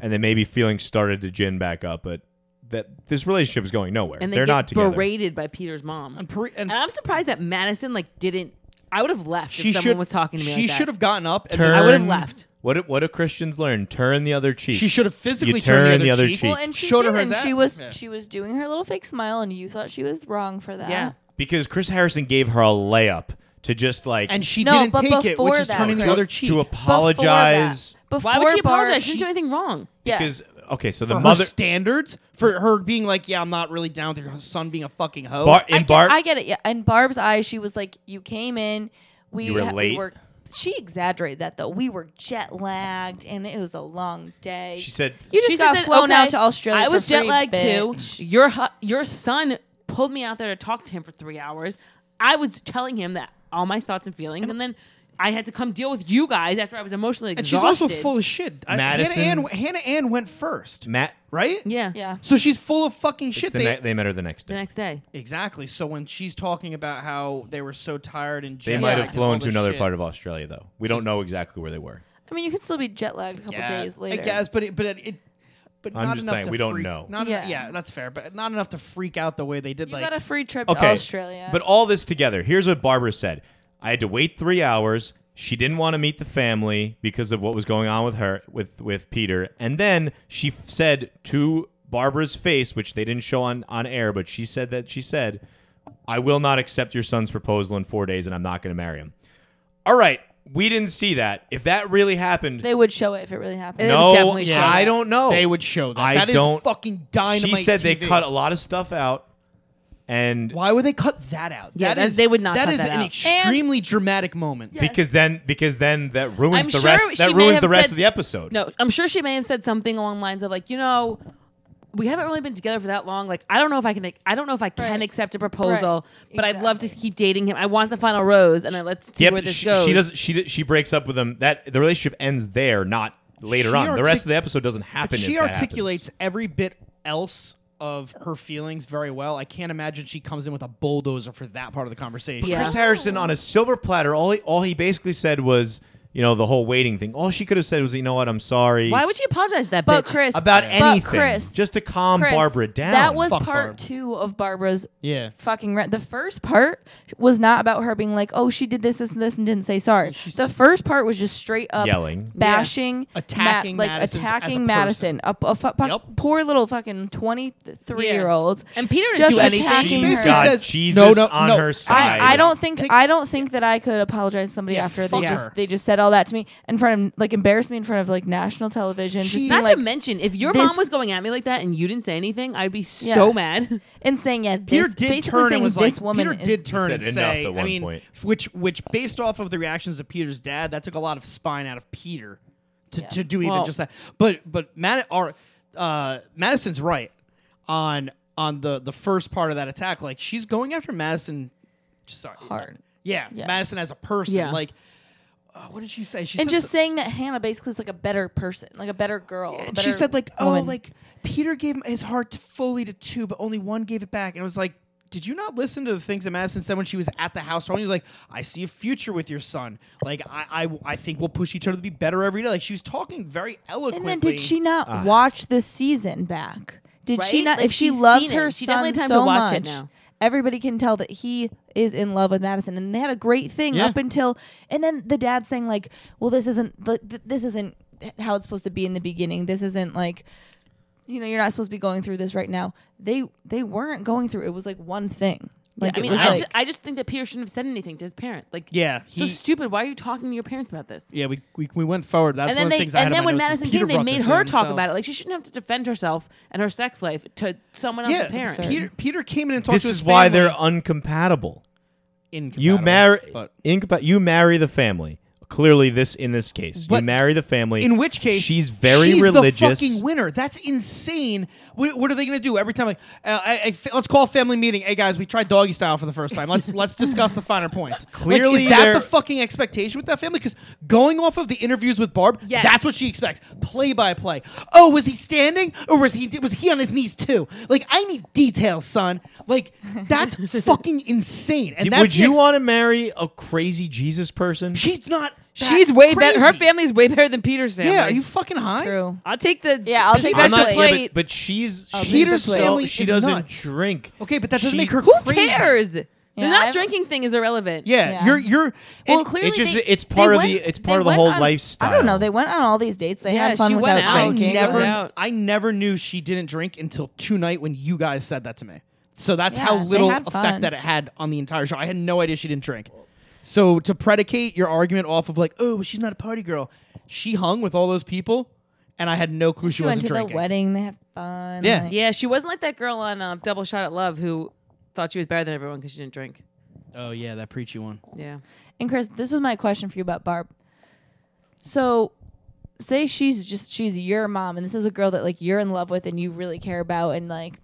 Speaker 1: and then maybe feelings started to gin back up. But that this relationship is going nowhere.
Speaker 9: and they
Speaker 1: are
Speaker 9: get
Speaker 1: not together.
Speaker 9: berated by Peter's mom.
Speaker 8: And, Pari- and
Speaker 9: And I'm surprised that Madison like didn't. I would have left
Speaker 8: she
Speaker 9: if someone
Speaker 8: should,
Speaker 9: was talking to me.
Speaker 8: She
Speaker 9: like that.
Speaker 8: should have gotten up. And
Speaker 1: Turn-
Speaker 9: I would have
Speaker 1: turned-
Speaker 9: left.
Speaker 1: What do, what do Christians learn? Turn the other cheek.
Speaker 8: She should have physically
Speaker 1: You
Speaker 8: turned
Speaker 1: turn the other cheek.
Speaker 7: well, and she
Speaker 8: Showed her
Speaker 7: didn't.
Speaker 8: his
Speaker 7: she
Speaker 8: ass.
Speaker 7: was
Speaker 8: Yeah.
Speaker 7: she was doing her little fake smile, and you thought she was wrong for that.
Speaker 9: Yeah.
Speaker 1: because Chris Harrison gave her a layup to just like
Speaker 8: and she
Speaker 7: No,
Speaker 8: didn't
Speaker 7: but
Speaker 8: take it, which
Speaker 7: before
Speaker 8: is
Speaker 7: that,
Speaker 8: turning the
Speaker 7: Chris-
Speaker 8: other cheek.
Speaker 1: to apologize.
Speaker 7: Before, that,
Speaker 9: Why would she
Speaker 7: Barb,
Speaker 9: apologize? She didn't do anything wrong.
Speaker 7: yeah.
Speaker 1: Because okay, so the
Speaker 8: for her
Speaker 1: mother
Speaker 8: standards, for her being like, "Yeah, I'm not really down with your son being a fucking hoe."
Speaker 1: Bar-
Speaker 7: I
Speaker 1: in
Speaker 7: get,
Speaker 1: Barb
Speaker 7: I get it. Yeah, in Barb's eyes, she was like, "You came in, we
Speaker 1: You were
Speaker 7: ha- we
Speaker 1: late.
Speaker 7: were- she exaggerated that though. We were jet lagged, and it was a long day.
Speaker 1: she said
Speaker 7: "You just
Speaker 9: She
Speaker 7: got
Speaker 9: said that,
Speaker 7: flown
Speaker 9: okay,
Speaker 7: out to Australia.
Speaker 9: I
Speaker 7: for
Speaker 9: was
Speaker 7: free,
Speaker 9: jet lagged
Speaker 7: bitch."
Speaker 9: too. Your hu- your son pulled me out there to talk to him for three hours. I was telling him that all my thoughts and feelings, and then I had to come deal with you guys after I was emotionally
Speaker 8: and
Speaker 9: exhausted.
Speaker 8: she's also full of shit. I-
Speaker 1: Madison-
Speaker 8: Hannah Ann, Hannah Ann went first,
Speaker 1: Matt.
Speaker 8: right?
Speaker 9: Yeah.
Speaker 7: Yeah,
Speaker 8: So she's full of fucking shit.
Speaker 1: It's the
Speaker 8: They-
Speaker 1: ne- they met her the next
Speaker 9: The
Speaker 1: day.
Speaker 9: next day,
Speaker 8: exactly. So when she's talking about how they were so tired and
Speaker 1: they
Speaker 8: jet
Speaker 1: might
Speaker 8: lagged
Speaker 1: have
Speaker 8: and
Speaker 1: flown
Speaker 8: all
Speaker 1: to
Speaker 8: this
Speaker 1: another
Speaker 8: shit.
Speaker 1: part of Australia though. We don't know exactly where they were.
Speaker 7: I mean, you could still be jet lagged a couple
Speaker 8: Yeah,
Speaker 7: days later.
Speaker 8: I guess, but it, but it, it- but
Speaker 1: I'm
Speaker 8: not
Speaker 1: just
Speaker 8: enough
Speaker 1: saying,
Speaker 8: to
Speaker 1: we don't
Speaker 8: freak-
Speaker 1: know.
Speaker 8: Not yeah.
Speaker 7: Yeah.
Speaker 8: yeah, that's fair, but not enough to freak out the way they did.
Speaker 7: You
Speaker 8: like
Speaker 7: got a free trip
Speaker 1: okay.
Speaker 7: to Australia.
Speaker 1: But all this together, here's what Barbara said. I had to wait three hours. She didn't want to meet the family because of what was going on with her with with Peter. And then she f- said to Barbara's face, which they didn't show on on air, but she said that she said, "I will not accept your son's proposal in four days, and I'm not going to marry him." All right, we didn't see that. If that really happened,
Speaker 7: they would show it if it really happened.
Speaker 9: They would
Speaker 1: no,
Speaker 9: definitely show
Speaker 1: I
Speaker 9: that.
Speaker 1: don't know.
Speaker 8: they would show that.
Speaker 1: I
Speaker 8: That is
Speaker 1: don't-
Speaker 8: fucking dynamite.
Speaker 1: She said they
Speaker 8: TV.
Speaker 1: cut a lot of stuff out, and
Speaker 8: Why would they cut that out?
Speaker 9: Yeah,
Speaker 8: that
Speaker 9: that-
Speaker 8: is
Speaker 9: they would not
Speaker 8: That
Speaker 9: cut
Speaker 8: is
Speaker 9: that
Speaker 8: an
Speaker 9: out.
Speaker 8: extremely dramatic moment.
Speaker 7: Yes.
Speaker 1: because then because then that ruins
Speaker 9: I'm
Speaker 1: the
Speaker 9: sure
Speaker 1: rest that
Speaker 9: she may
Speaker 1: ruins
Speaker 9: have
Speaker 1: the rest
Speaker 9: said-
Speaker 1: of the episode.
Speaker 9: no, I'm sure she may have said something along the lines of like, you know, we haven't really been together for that long. Like, I don't know if I can, I don't know if I can
Speaker 7: Right.
Speaker 9: accept a proposal,
Speaker 7: Right.
Speaker 9: but I'd love to
Speaker 7: Exactly.
Speaker 9: keep dating him. I want the final rose, and I let's see
Speaker 1: Yep,
Speaker 9: where this
Speaker 1: she,
Speaker 9: goes.
Speaker 1: she doesn't. She d- she breaks up with him. That the relationship ends there, not later
Speaker 8: She
Speaker 1: on. the rest
Speaker 8: artic-
Speaker 1: of the episode doesn't
Speaker 8: But
Speaker 1: happen.
Speaker 8: she
Speaker 1: if that
Speaker 8: articulates every bit else of her feelings very well. I can't imagine she comes in with a bulldozer for that part of the conversation.
Speaker 9: Yeah.
Speaker 1: happens. Chris Harrison on a silver platter. All he, all he basically said was, you know, the whole waiting thing. All she could have said was, you know what, I'm sorry
Speaker 9: Why would she apologize to that
Speaker 7: But
Speaker 9: bitch?
Speaker 7: Chris,
Speaker 1: about
Speaker 7: but
Speaker 1: anything,
Speaker 7: Chris,
Speaker 1: just to calm
Speaker 7: Chris,
Speaker 1: Barbara down.
Speaker 7: That was
Speaker 8: Fuck
Speaker 7: part
Speaker 8: Barb.
Speaker 7: two of Barbara's
Speaker 8: Yeah.
Speaker 7: fucking rant. The first part was not about her being like, "Oh, she did this, this, and this, and didn't say sorry." The first part was just straight up
Speaker 1: Yelling.
Speaker 7: bashing,
Speaker 8: Attacking
Speaker 7: Ma- like
Speaker 8: Madison as a
Speaker 7: attacking
Speaker 8: person.
Speaker 7: Madison, a, a fu- fu-
Speaker 8: Yep.
Speaker 7: poor little fucking twenty-three-year-old.
Speaker 9: And Peter didn't
Speaker 7: just
Speaker 9: do anything.
Speaker 7: attacking
Speaker 1: She's
Speaker 7: her.
Speaker 1: got
Speaker 8: says,
Speaker 1: Jesus
Speaker 8: "No, no,
Speaker 1: on
Speaker 8: no, I-
Speaker 1: her side.
Speaker 7: I, I don't think I don't think that I could apologize to somebody after they
Speaker 8: fuck
Speaker 7: just
Speaker 8: her.
Speaker 7: they just said all all that to me in front of like embarrassed me in front of like national television. just being
Speaker 9: Not
Speaker 7: like
Speaker 9: to mention, if your
Speaker 7: this-
Speaker 9: mom was going at me like that and you didn't say anything, I'd be
Speaker 7: Yeah.
Speaker 9: so mad.
Speaker 7: and saying yeah,
Speaker 8: Peter
Speaker 7: this,
Speaker 8: did
Speaker 7: basically
Speaker 8: turn and
Speaker 7: saying
Speaker 8: was
Speaker 7: this
Speaker 8: like,
Speaker 7: woman
Speaker 8: Peter
Speaker 7: is-
Speaker 8: did turn
Speaker 1: said
Speaker 8: and
Speaker 1: enough
Speaker 8: say,
Speaker 1: at
Speaker 8: I
Speaker 1: one
Speaker 8: mean,
Speaker 1: point.
Speaker 8: which which based off of the reactions of Peter's dad, that took a lot of spine out of Peter to, to do even
Speaker 9: Well-
Speaker 8: just that. But but Mad- or, uh, Madison's right on on the the first part of that attack. Like she's going after Madison. Sorry,
Speaker 7: Hard.
Speaker 8: Yeah,
Speaker 7: Yeah.
Speaker 8: Madison as a person.
Speaker 9: Yeah.
Speaker 8: Like, uh, what did she say? She
Speaker 7: and
Speaker 8: said
Speaker 7: just
Speaker 8: so-
Speaker 7: saying that Hannah basically is like a better person, like a better girl. a
Speaker 8: And she
Speaker 7: better
Speaker 8: said like, oh,
Speaker 7: woman.
Speaker 8: like Peter gave his heart to fully to two, but only one gave it back. And it was like, did you not listen to the things that Madison said when she was at the house? Tony, like, I see a future with your son. Like, I, I, I think we'll push each other to be better every day. Like, she was talking very
Speaker 7: And
Speaker 8: eloquently.
Speaker 7: then did she not
Speaker 9: Ah.
Speaker 7: watch the season back? Did she
Speaker 9: Right?
Speaker 7: not?
Speaker 9: Like,
Speaker 7: if she
Speaker 9: she's
Speaker 7: loves
Speaker 9: seen
Speaker 7: her
Speaker 9: it. She
Speaker 7: son
Speaker 9: definitely has time to
Speaker 7: so
Speaker 9: watch it
Speaker 7: much,
Speaker 9: now.
Speaker 7: everybody can tell that he is in love with Madison, and they had a great thing
Speaker 8: Yeah.
Speaker 7: up until. And then the dad saying like, "Well, this isn't th- th- this isn't how it's supposed to be in the beginning. This isn't like." You know, you're not supposed to be going through this right now. They they weren't going through. It was like one thing. Like
Speaker 9: I mean,
Speaker 7: it was
Speaker 9: I,
Speaker 7: like
Speaker 9: just, I just think that Peter shouldn't have said anything to his parent. Like,
Speaker 8: Yeah,
Speaker 9: so
Speaker 8: he-
Speaker 9: stupid. Why are you talking to your parents about this?
Speaker 8: Yeah, we, we, we went forward. That's one
Speaker 9: and then
Speaker 8: of the
Speaker 9: they,
Speaker 8: things I had
Speaker 9: and
Speaker 8: in
Speaker 9: then
Speaker 8: my
Speaker 9: when
Speaker 8: notes is
Speaker 9: Madison
Speaker 8: Peter
Speaker 9: came, they
Speaker 8: brought
Speaker 9: made
Speaker 8: this
Speaker 9: her
Speaker 8: in
Speaker 9: talk
Speaker 8: himself.
Speaker 9: about it. Like, she shouldn't have to defend herself and her sex life to someone else's parent.
Speaker 8: Yeah, Peter, Peter came in and talked
Speaker 1: This
Speaker 8: to his
Speaker 1: is why they're
Speaker 8: family.
Speaker 1: uncompatible. You
Speaker 8: Incompatible,
Speaker 1: marry
Speaker 8: but-
Speaker 1: incompa- you marry the family. Clearly this in this case.
Speaker 8: But
Speaker 1: you marry the family.
Speaker 8: In which case,
Speaker 1: she's very
Speaker 8: she's
Speaker 1: religious.
Speaker 8: The fucking winner. That's insane. What, what are they going to do every time? Like, uh, I, I fa- let's call a family meeting. Hey guys, we tried doggy style for the first time. Let's let's discuss the finer points. Like,
Speaker 1: Clearly
Speaker 8: is that
Speaker 1: they're-
Speaker 8: the fucking expectation with that family? Because going off of the interviews with Barb,
Speaker 9: Yes.
Speaker 8: that's what she expects. Play by play. Oh, was he standing or was he was he on his knees too? Like, I need details, son. Like, that's fucking insane. And
Speaker 1: Did-
Speaker 8: that's
Speaker 1: Would
Speaker 8: the
Speaker 1: you
Speaker 8: ex-
Speaker 1: want to marry a crazy Jesus person?
Speaker 8: She's not. that
Speaker 9: She's way better. Her
Speaker 8: crazy.
Speaker 9: family's way better than Peter's family.
Speaker 8: Yeah, are you fucking high?
Speaker 7: true.
Speaker 9: I'll take the
Speaker 7: Yeah, I'll
Speaker 9: the
Speaker 7: take
Speaker 1: I'm
Speaker 7: That's
Speaker 9: special
Speaker 1: not,
Speaker 7: the
Speaker 1: yeah,
Speaker 9: plate.
Speaker 1: but, but she's
Speaker 7: I'll
Speaker 1: she's
Speaker 7: take the plate.
Speaker 1: so,
Speaker 8: Family
Speaker 1: she
Speaker 8: is
Speaker 1: doesn't
Speaker 8: nuts.
Speaker 1: drink.
Speaker 8: Okay, but that doesn't
Speaker 1: She-
Speaker 8: make her
Speaker 1: Who
Speaker 9: who
Speaker 8: crazy.
Speaker 9: cares? The
Speaker 7: Yeah,
Speaker 9: not
Speaker 7: I've-
Speaker 9: drinking thing is irrelevant.
Speaker 8: Yeah,
Speaker 7: Yeah.
Speaker 8: you're you're.
Speaker 7: Well,
Speaker 8: and-
Speaker 7: clearly
Speaker 1: It's just-
Speaker 7: they-
Speaker 1: it's
Speaker 7: they
Speaker 1: part of
Speaker 7: went-
Speaker 1: the- it's
Speaker 7: they
Speaker 1: part of the
Speaker 7: went
Speaker 1: whole
Speaker 7: on- I
Speaker 1: lifestyle.
Speaker 7: don't know. They went on all these dates. They
Speaker 9: Yeah,
Speaker 7: had fun
Speaker 9: she
Speaker 7: without
Speaker 9: went out.
Speaker 8: I
Speaker 7: drinking.
Speaker 8: never,
Speaker 7: and-
Speaker 9: out.
Speaker 8: I never knew she didn't drink until tonight when you guys said that to me. So that's
Speaker 7: Yeah,
Speaker 8: how
Speaker 7: they
Speaker 8: little
Speaker 7: had
Speaker 8: effect
Speaker 7: fun.
Speaker 8: that it had on the entire show. I had no idea she didn't drink. So to predicate your argument off of like, oh, she's not a party girl, she hung with all those people, and I had no clue she,
Speaker 7: She went
Speaker 8: wasn't
Speaker 7: to
Speaker 8: drinking.
Speaker 7: the wedding. They had fun.
Speaker 8: Yeah.
Speaker 7: like-
Speaker 9: Yeah, she wasn't like that girl on um, Double Shot at Love who thought she was better than everyone because she didn't drink.
Speaker 8: Oh yeah, that preachy one.
Speaker 9: Yeah.
Speaker 7: And Chris, this was my question for you about Barb. So, say she's just she's your mom, and this is a girl that like you're in love with and you really care about, and like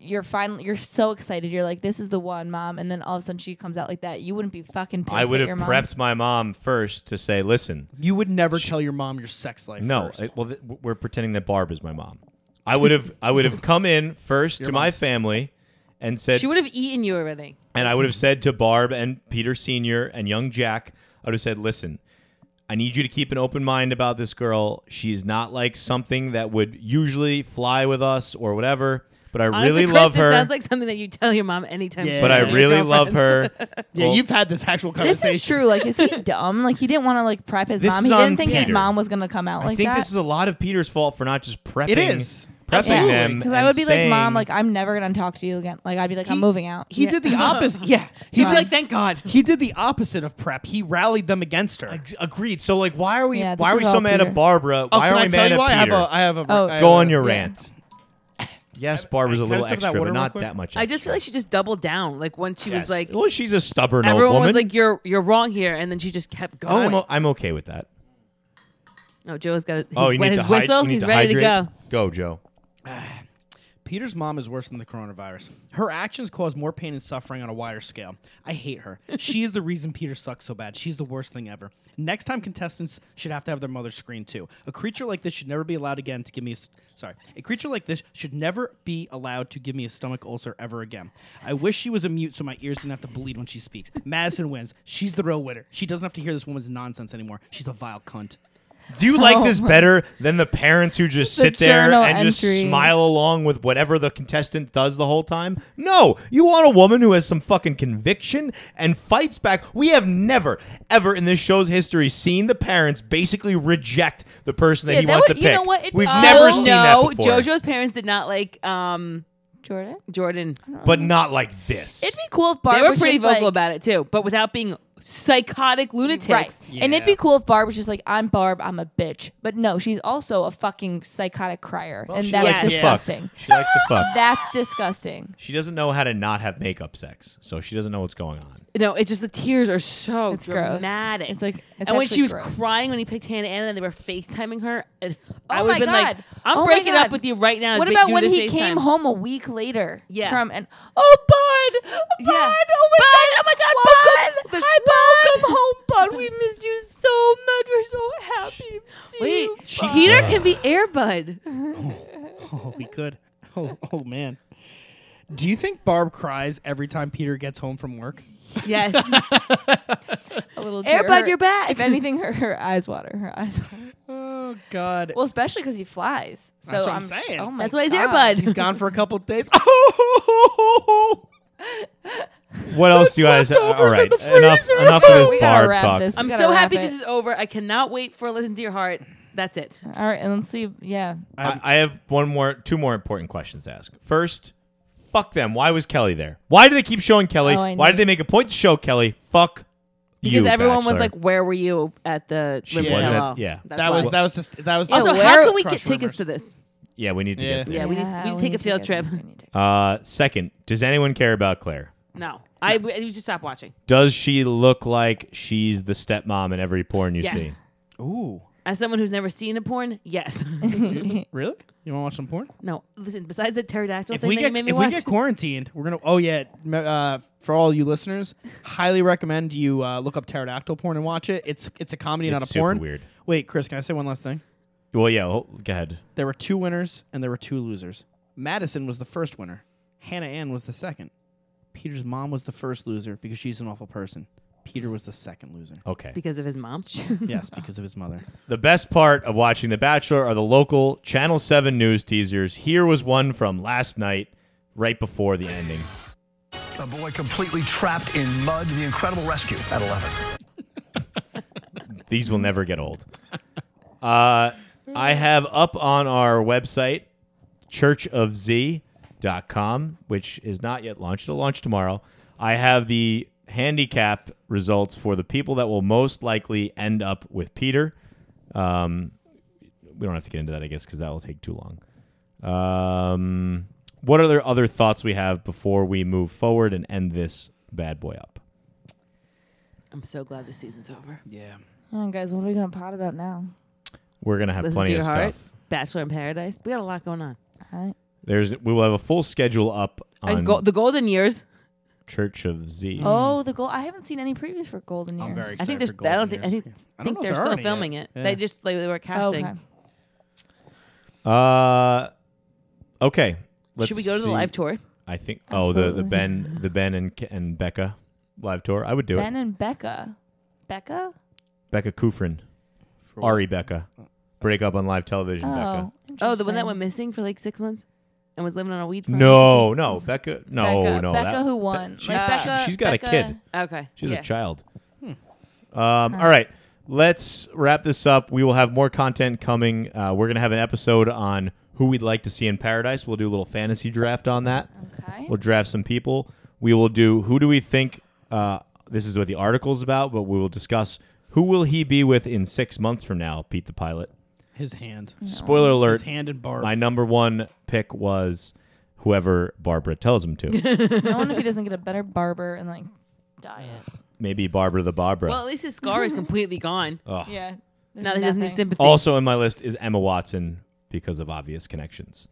Speaker 7: you're finally you're so excited. You're like, this is the one, mom. And then all of a sudden she comes out like that. You wouldn't be fucking. Pissed
Speaker 1: I would
Speaker 7: at
Speaker 1: have
Speaker 7: your mom.
Speaker 1: prepped my mom first to say, "Listen,
Speaker 8: You would never tell your mom your sex life.
Speaker 1: No,
Speaker 8: first.
Speaker 1: I- well, th- w- we're pretending that Barb is my mom. I would have, I would have come in first to my
Speaker 8: mom's-
Speaker 1: family, and said,
Speaker 9: She would have eaten you already.
Speaker 1: and I would have said to Barb and Peter Senior and young Jack, I would have said, "Listen, I need you to keep an open mind about this girl. She's not like something that would usually fly with us or whatever. But I
Speaker 9: Honestly,
Speaker 1: really
Speaker 9: Chris,
Speaker 1: love
Speaker 9: this
Speaker 1: her.
Speaker 9: sounds like something that you tell your mom anytime.
Speaker 8: Yeah.
Speaker 9: she's
Speaker 1: but I
Speaker 9: with your
Speaker 1: really love
Speaker 9: girlfriends.
Speaker 1: her.
Speaker 8: yeah,
Speaker 1: Well,
Speaker 8: you've had this actual
Speaker 7: This
Speaker 8: conversation.
Speaker 7: is true. Like, is he dumb? Like, he didn't want to like prep his
Speaker 1: This
Speaker 7: mom.
Speaker 1: is
Speaker 7: He
Speaker 1: on
Speaker 7: didn't think his
Speaker 1: Peter.
Speaker 7: mom was gonna come out like
Speaker 1: I think
Speaker 7: that.
Speaker 1: this is a lot of Peter's fault for not just prepping.
Speaker 8: It is.
Speaker 1: prepping
Speaker 7: Yeah.
Speaker 1: them.
Speaker 7: Because I
Speaker 1: and
Speaker 7: would be like, Mom,
Speaker 1: saying-
Speaker 7: like I'm never gonna talk to you again. Like I'd be like, I'm
Speaker 8: He-
Speaker 7: moving out.
Speaker 8: He did the opposite. Yeah, he
Speaker 9: She'd be
Speaker 8: did
Speaker 9: like, thank God.
Speaker 8: He did the opposite of prep. He rallied them against her.
Speaker 1: Ag- Agreed. So like, why are we?
Speaker 7: Yeah,
Speaker 1: why are
Speaker 7: this
Speaker 1: we
Speaker 7: is
Speaker 1: so
Speaker 7: all
Speaker 1: mad
Speaker 7: Peter.
Speaker 1: at Barbara?
Speaker 8: Oh,
Speaker 1: why
Speaker 8: can
Speaker 1: are we
Speaker 8: I tell
Speaker 1: mad
Speaker 8: you
Speaker 1: at
Speaker 8: why? I have
Speaker 1: Peter?
Speaker 8: a. I have a.
Speaker 7: Oh.
Speaker 8: I
Speaker 1: Go
Speaker 8: have
Speaker 1: on
Speaker 8: a-
Speaker 1: your
Speaker 7: Yeah.
Speaker 1: rant. Yes, Barb was a
Speaker 8: Can I
Speaker 1: little
Speaker 8: sip that
Speaker 1: extra,
Speaker 8: water
Speaker 1: but
Speaker 8: real
Speaker 1: not
Speaker 8: quick?
Speaker 1: that much.
Speaker 9: I just feel like she just doubled down. Like when she was like,
Speaker 1: well, she's a stubborn old
Speaker 9: everyone
Speaker 1: woman.
Speaker 9: was like, you're you're wrong here, and then she just kept
Speaker 1: And
Speaker 9: going.
Speaker 1: I'm, o- I'm okay with that.
Speaker 9: no, Joe's got a, he's
Speaker 1: oh, you
Speaker 9: wet
Speaker 1: need to
Speaker 9: his
Speaker 1: hide-
Speaker 9: whistle.
Speaker 1: you need
Speaker 9: he's
Speaker 1: to
Speaker 9: ready to
Speaker 1: hydrate?
Speaker 9: go.
Speaker 1: Go, Joe.
Speaker 8: Peter's mom is worse than the coronavirus. Her actions cause more pain and suffering on a wider scale. I hate her. she is the reason Peter sucks so bad. She's the worst thing ever. Next time, contestants should have to have their mother screened too. A creature like this should never be allowed again to give me a. s- Sorry. A creature like this should never be allowed to give me a stomach ulcer ever again. I wish she was a mute so my ears didn't have to bleed when she speaks. Madison wins. She's the real winner. She doesn't have to hear this woman's nonsense anymore. She's a vile cunt.
Speaker 1: Do you like this better than the parents who just
Speaker 7: Oh The
Speaker 1: sit there
Speaker 7: journal
Speaker 1: and just
Speaker 7: entry.
Speaker 1: smile along with whatever the contestant does the whole time? No, you want a woman who has some fucking conviction and fights back. We have never, ever in this show's history seen the parents basically reject the person that
Speaker 7: Yeah,
Speaker 1: he
Speaker 7: that
Speaker 1: wants
Speaker 7: would-
Speaker 1: to
Speaker 7: you
Speaker 1: pick.
Speaker 7: know what? It-
Speaker 1: We've
Speaker 7: Oh,
Speaker 1: never
Speaker 9: no,
Speaker 1: seen that before.
Speaker 9: JoJo's parents did not like um,
Speaker 7: Jordan.
Speaker 9: Jordan.
Speaker 1: but not like this.
Speaker 7: It'd be cool if Barb
Speaker 9: they were
Speaker 7: was
Speaker 9: pretty
Speaker 7: just
Speaker 9: vocal
Speaker 7: like-
Speaker 9: about it too, but without being psychotic lunatics.
Speaker 7: Right. And it'd be
Speaker 8: Yeah.
Speaker 7: cool if Barb was just like, I'm Barb, I'm a bitch. But no, she's also a fucking psychotic crier. and
Speaker 1: she
Speaker 7: that's
Speaker 1: likes to fuck.
Speaker 7: disgusting.
Speaker 1: She likes to fuck.
Speaker 7: That's disgusting.
Speaker 1: She doesn't know how to not have makeup sex, so she doesn't know what's going on.
Speaker 9: No, it's just the tears are so
Speaker 7: It's gross.
Speaker 9: dramatic.
Speaker 7: It's like- it's
Speaker 9: and when she
Speaker 7: actually
Speaker 9: was
Speaker 7: gross.
Speaker 9: crying when he picked Hannah Ann and they were FaceTiming her, if, I
Speaker 7: Oh
Speaker 9: would
Speaker 7: my
Speaker 9: have been like,
Speaker 7: God.
Speaker 9: I'm
Speaker 7: Oh my
Speaker 9: breaking
Speaker 7: God.
Speaker 9: up with you right now.
Speaker 7: What
Speaker 9: Be-
Speaker 7: about
Speaker 9: do
Speaker 7: when
Speaker 9: this
Speaker 7: he came
Speaker 9: FaceTime.
Speaker 7: home a week later?
Speaker 9: Yeah.
Speaker 7: From and oh Bud, Bud,
Speaker 9: Yeah.
Speaker 7: oh my God, oh my God, Bud, hi Bud, come home, Bud. We missed you so much. We're so happy. To see
Speaker 9: Wait,
Speaker 7: you,
Speaker 9: she- Peter can be Airbud.
Speaker 8: Oh, we could. Oh, oh man. Do you think Barb cries every time Peter gets home from work?
Speaker 9: Yes.
Speaker 7: a little
Speaker 9: Air
Speaker 7: tear.
Speaker 9: Bud,
Speaker 7: Her-
Speaker 9: you're back.
Speaker 7: If anything, her, her eyes water. Her eyes water.
Speaker 8: Oh God.
Speaker 7: Well, especially because he flies. So
Speaker 8: That's what I'm
Speaker 7: I'm, sh-
Speaker 8: saying.
Speaker 7: oh my
Speaker 9: That's why he's
Speaker 7: God.
Speaker 9: Airbud.
Speaker 8: He's gone for a couple of days. Oh,
Speaker 1: What else do you guys? All right, enough, enough of
Speaker 7: We
Speaker 1: this
Speaker 7: gotta
Speaker 1: Barb
Speaker 7: wrap
Speaker 1: talk.
Speaker 7: this.
Speaker 9: I'm
Speaker 7: We gotta
Speaker 9: so
Speaker 7: wrap
Speaker 9: happy
Speaker 7: it.
Speaker 9: this is over. I cannot wait for Listen to Your Heart. That's it.
Speaker 7: All right, and let's see. Yeah,
Speaker 9: Uh,
Speaker 1: I, I have one more, two more important questions to ask. First, fuck them. Why was Kelly there? Why do they keep showing Kelly?
Speaker 7: Oh, I
Speaker 1: Why
Speaker 7: know.
Speaker 1: did they make a point to show Kelly? Fuck you.
Speaker 9: Because everyone was
Speaker 1: Bachelor.
Speaker 9: like, "Where were you at the
Speaker 1: She
Speaker 9: Limit
Speaker 8: wasn't
Speaker 9: Tell-All?"
Speaker 1: at- yeah.
Speaker 9: That's
Speaker 8: that was
Speaker 9: why.
Speaker 8: that was just that was.
Speaker 9: Also,
Speaker 8: the
Speaker 9: how
Speaker 8: worst
Speaker 9: can we get
Speaker 8: Crush
Speaker 9: tickets
Speaker 8: rumors.
Speaker 9: to this?
Speaker 1: yeah, we need to
Speaker 8: Yeah.
Speaker 1: get there.
Speaker 9: Yeah, we need to, we need to take a field trip.
Speaker 1: Uh, second, does anyone care about Claire?
Speaker 9: No, I we, we should stop watching.
Speaker 1: Does she look like she's the stepmom in every porn you see?
Speaker 9: Yes,
Speaker 8: Ooh,
Speaker 9: as someone who's never seen a porn, yes.
Speaker 8: really? You want to watch some porn?
Speaker 9: no, listen. Besides the pterodactyl
Speaker 8: If
Speaker 9: thing
Speaker 8: we
Speaker 9: that
Speaker 8: get
Speaker 9: you made me
Speaker 8: if
Speaker 9: watch,
Speaker 8: we get quarantined, we're gonna. Oh yeah. m- Uh, for all you listeners, highly recommend you uh, look up pterodactyl porn and watch it. It's it's a comedy, not a
Speaker 1: It's super
Speaker 8: porn.
Speaker 1: weird.
Speaker 8: Wait, Chris, can I say one last thing?
Speaker 1: Well, yeah. Well, go ahead.
Speaker 8: There were two winners and there were two losers. Madison was the first winner. Hannah Ann was the second. Peter's mom was the first loser because she's an awful person. Peter was the second loser.
Speaker 1: Okay.
Speaker 9: because of his mom.
Speaker 8: Yes, because of his mother.
Speaker 1: The best part of watching The Bachelor are the local Channel 7 news teasers. Here was one from last night, right before the ending.
Speaker 10: A boy completely trapped in mud. The incredible rescue at 11.
Speaker 1: These will never get old. Uh, I have up on our website, churchofz.com, which is not yet launched. It'll launch tomorrow. I have the handicap results for the people that will most likely end up with Peter. Um, we don't have to get into that, I guess, because that will take too long. Um, what are there other thoughts we have before we move forward and end this bad boy up?
Speaker 9: I'm so glad this season's over.
Speaker 8: Yeah.
Speaker 7: Oh, guys, what are we gonna pot about now?
Speaker 1: We're gonna have
Speaker 9: Listen
Speaker 1: plenty
Speaker 9: to your
Speaker 1: of
Speaker 9: heart.
Speaker 1: stuff.
Speaker 9: Bachelor in Paradise. We got a lot going on.
Speaker 7: All right.
Speaker 1: There's we will have a full schedule up on
Speaker 9: And go, the Golden Years.
Speaker 1: Church of Z.
Speaker 7: Oh, the gold. I haven't seen any previews for Golden Years.
Speaker 8: I'm very
Speaker 9: I
Speaker 8: excited
Speaker 9: think there's.
Speaker 8: for
Speaker 9: I don't
Speaker 8: Golden
Speaker 9: think. I
Speaker 8: Years.
Speaker 9: think,
Speaker 8: Yeah. I don't
Speaker 9: think
Speaker 8: know if
Speaker 9: they're
Speaker 8: on
Speaker 9: still
Speaker 8: it
Speaker 9: filming
Speaker 8: yet.
Speaker 9: it.
Speaker 8: Yeah.
Speaker 9: They just like they were
Speaker 7: Oh,
Speaker 9: casting.
Speaker 7: okay. Oh.
Speaker 1: Uh, okay. Let's
Speaker 9: Should we go to the
Speaker 1: see.
Speaker 9: live tour?
Speaker 1: I think. Oh, the, the
Speaker 7: Absolutely.
Speaker 1: Ben the Ben and K- and Becca live tour. I would do
Speaker 7: Ben
Speaker 1: it.
Speaker 7: and Becca. Becca?
Speaker 1: Becca Kufrin,
Speaker 8: For what?
Speaker 1: Ari Becca, break up on live television. Becca.
Speaker 7: Oh,
Speaker 9: Oh, the one that
Speaker 7: interesting.
Speaker 9: went missing for like six months and was living on a weed farm.
Speaker 1: No, no, Becca. No,
Speaker 7: Becca,
Speaker 1: no.
Speaker 7: Becca
Speaker 1: that-
Speaker 7: who
Speaker 1: that-
Speaker 7: won. Like,
Speaker 1: she's,
Speaker 7: Becca-
Speaker 1: she's got a
Speaker 7: Becca-
Speaker 1: kid.
Speaker 9: Okay.
Speaker 1: She's
Speaker 9: yeah.
Speaker 1: a child. Um, all right, let's wrap this up. We will have more content coming. Uh, we're gonna have an episode on who we'd like to see in paradise. We'll do a little fantasy draft on that.
Speaker 7: Okay.
Speaker 1: We'll draft some people. We will do who do we think uh, this is what the article's about, but we will discuss who will he be with in six months from now, Pete the Pilot.
Speaker 8: His hand.
Speaker 1: Spoiler
Speaker 8: His
Speaker 1: alert.
Speaker 8: hand and Barb.
Speaker 1: My number one pick was whoever Barbara tells him to.
Speaker 7: I wonder if he doesn't get a better barber and like diet.
Speaker 1: Maybe Barbara the Barbara.
Speaker 9: Well, at least his scar is completely gone.
Speaker 1: Ugh.
Speaker 7: Yeah.
Speaker 9: Now that he doesn't need sympathy.
Speaker 1: Oh. Also in my list is Emma Watson because of obvious connections.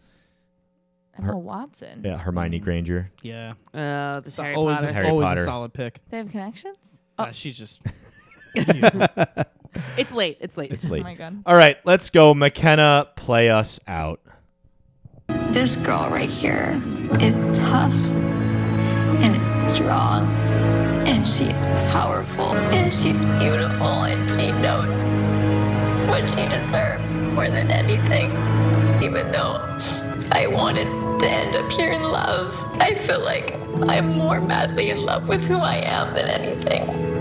Speaker 7: Emma Watson.
Speaker 1: Yeah, Hermione Granger.
Speaker 8: yeah.
Speaker 9: Uh, this
Speaker 8: So
Speaker 9: Harry
Speaker 8: always
Speaker 9: Potter.
Speaker 8: A,
Speaker 1: Harry
Speaker 8: always
Speaker 1: Potter.
Speaker 8: a solid pick.
Speaker 7: They have connections?
Speaker 8: Uh, she's just.
Speaker 9: It's late. It's late.
Speaker 1: It's late.
Speaker 7: Oh my god.
Speaker 1: All right, let's go. McKenna, play us out.
Speaker 6: This girl right here is tough and is strong and she is powerful and she's beautiful and she knows what she deserves more than anything. Even though I wanted to end up here in love, I feel like I'm more madly in love with who I am than anything.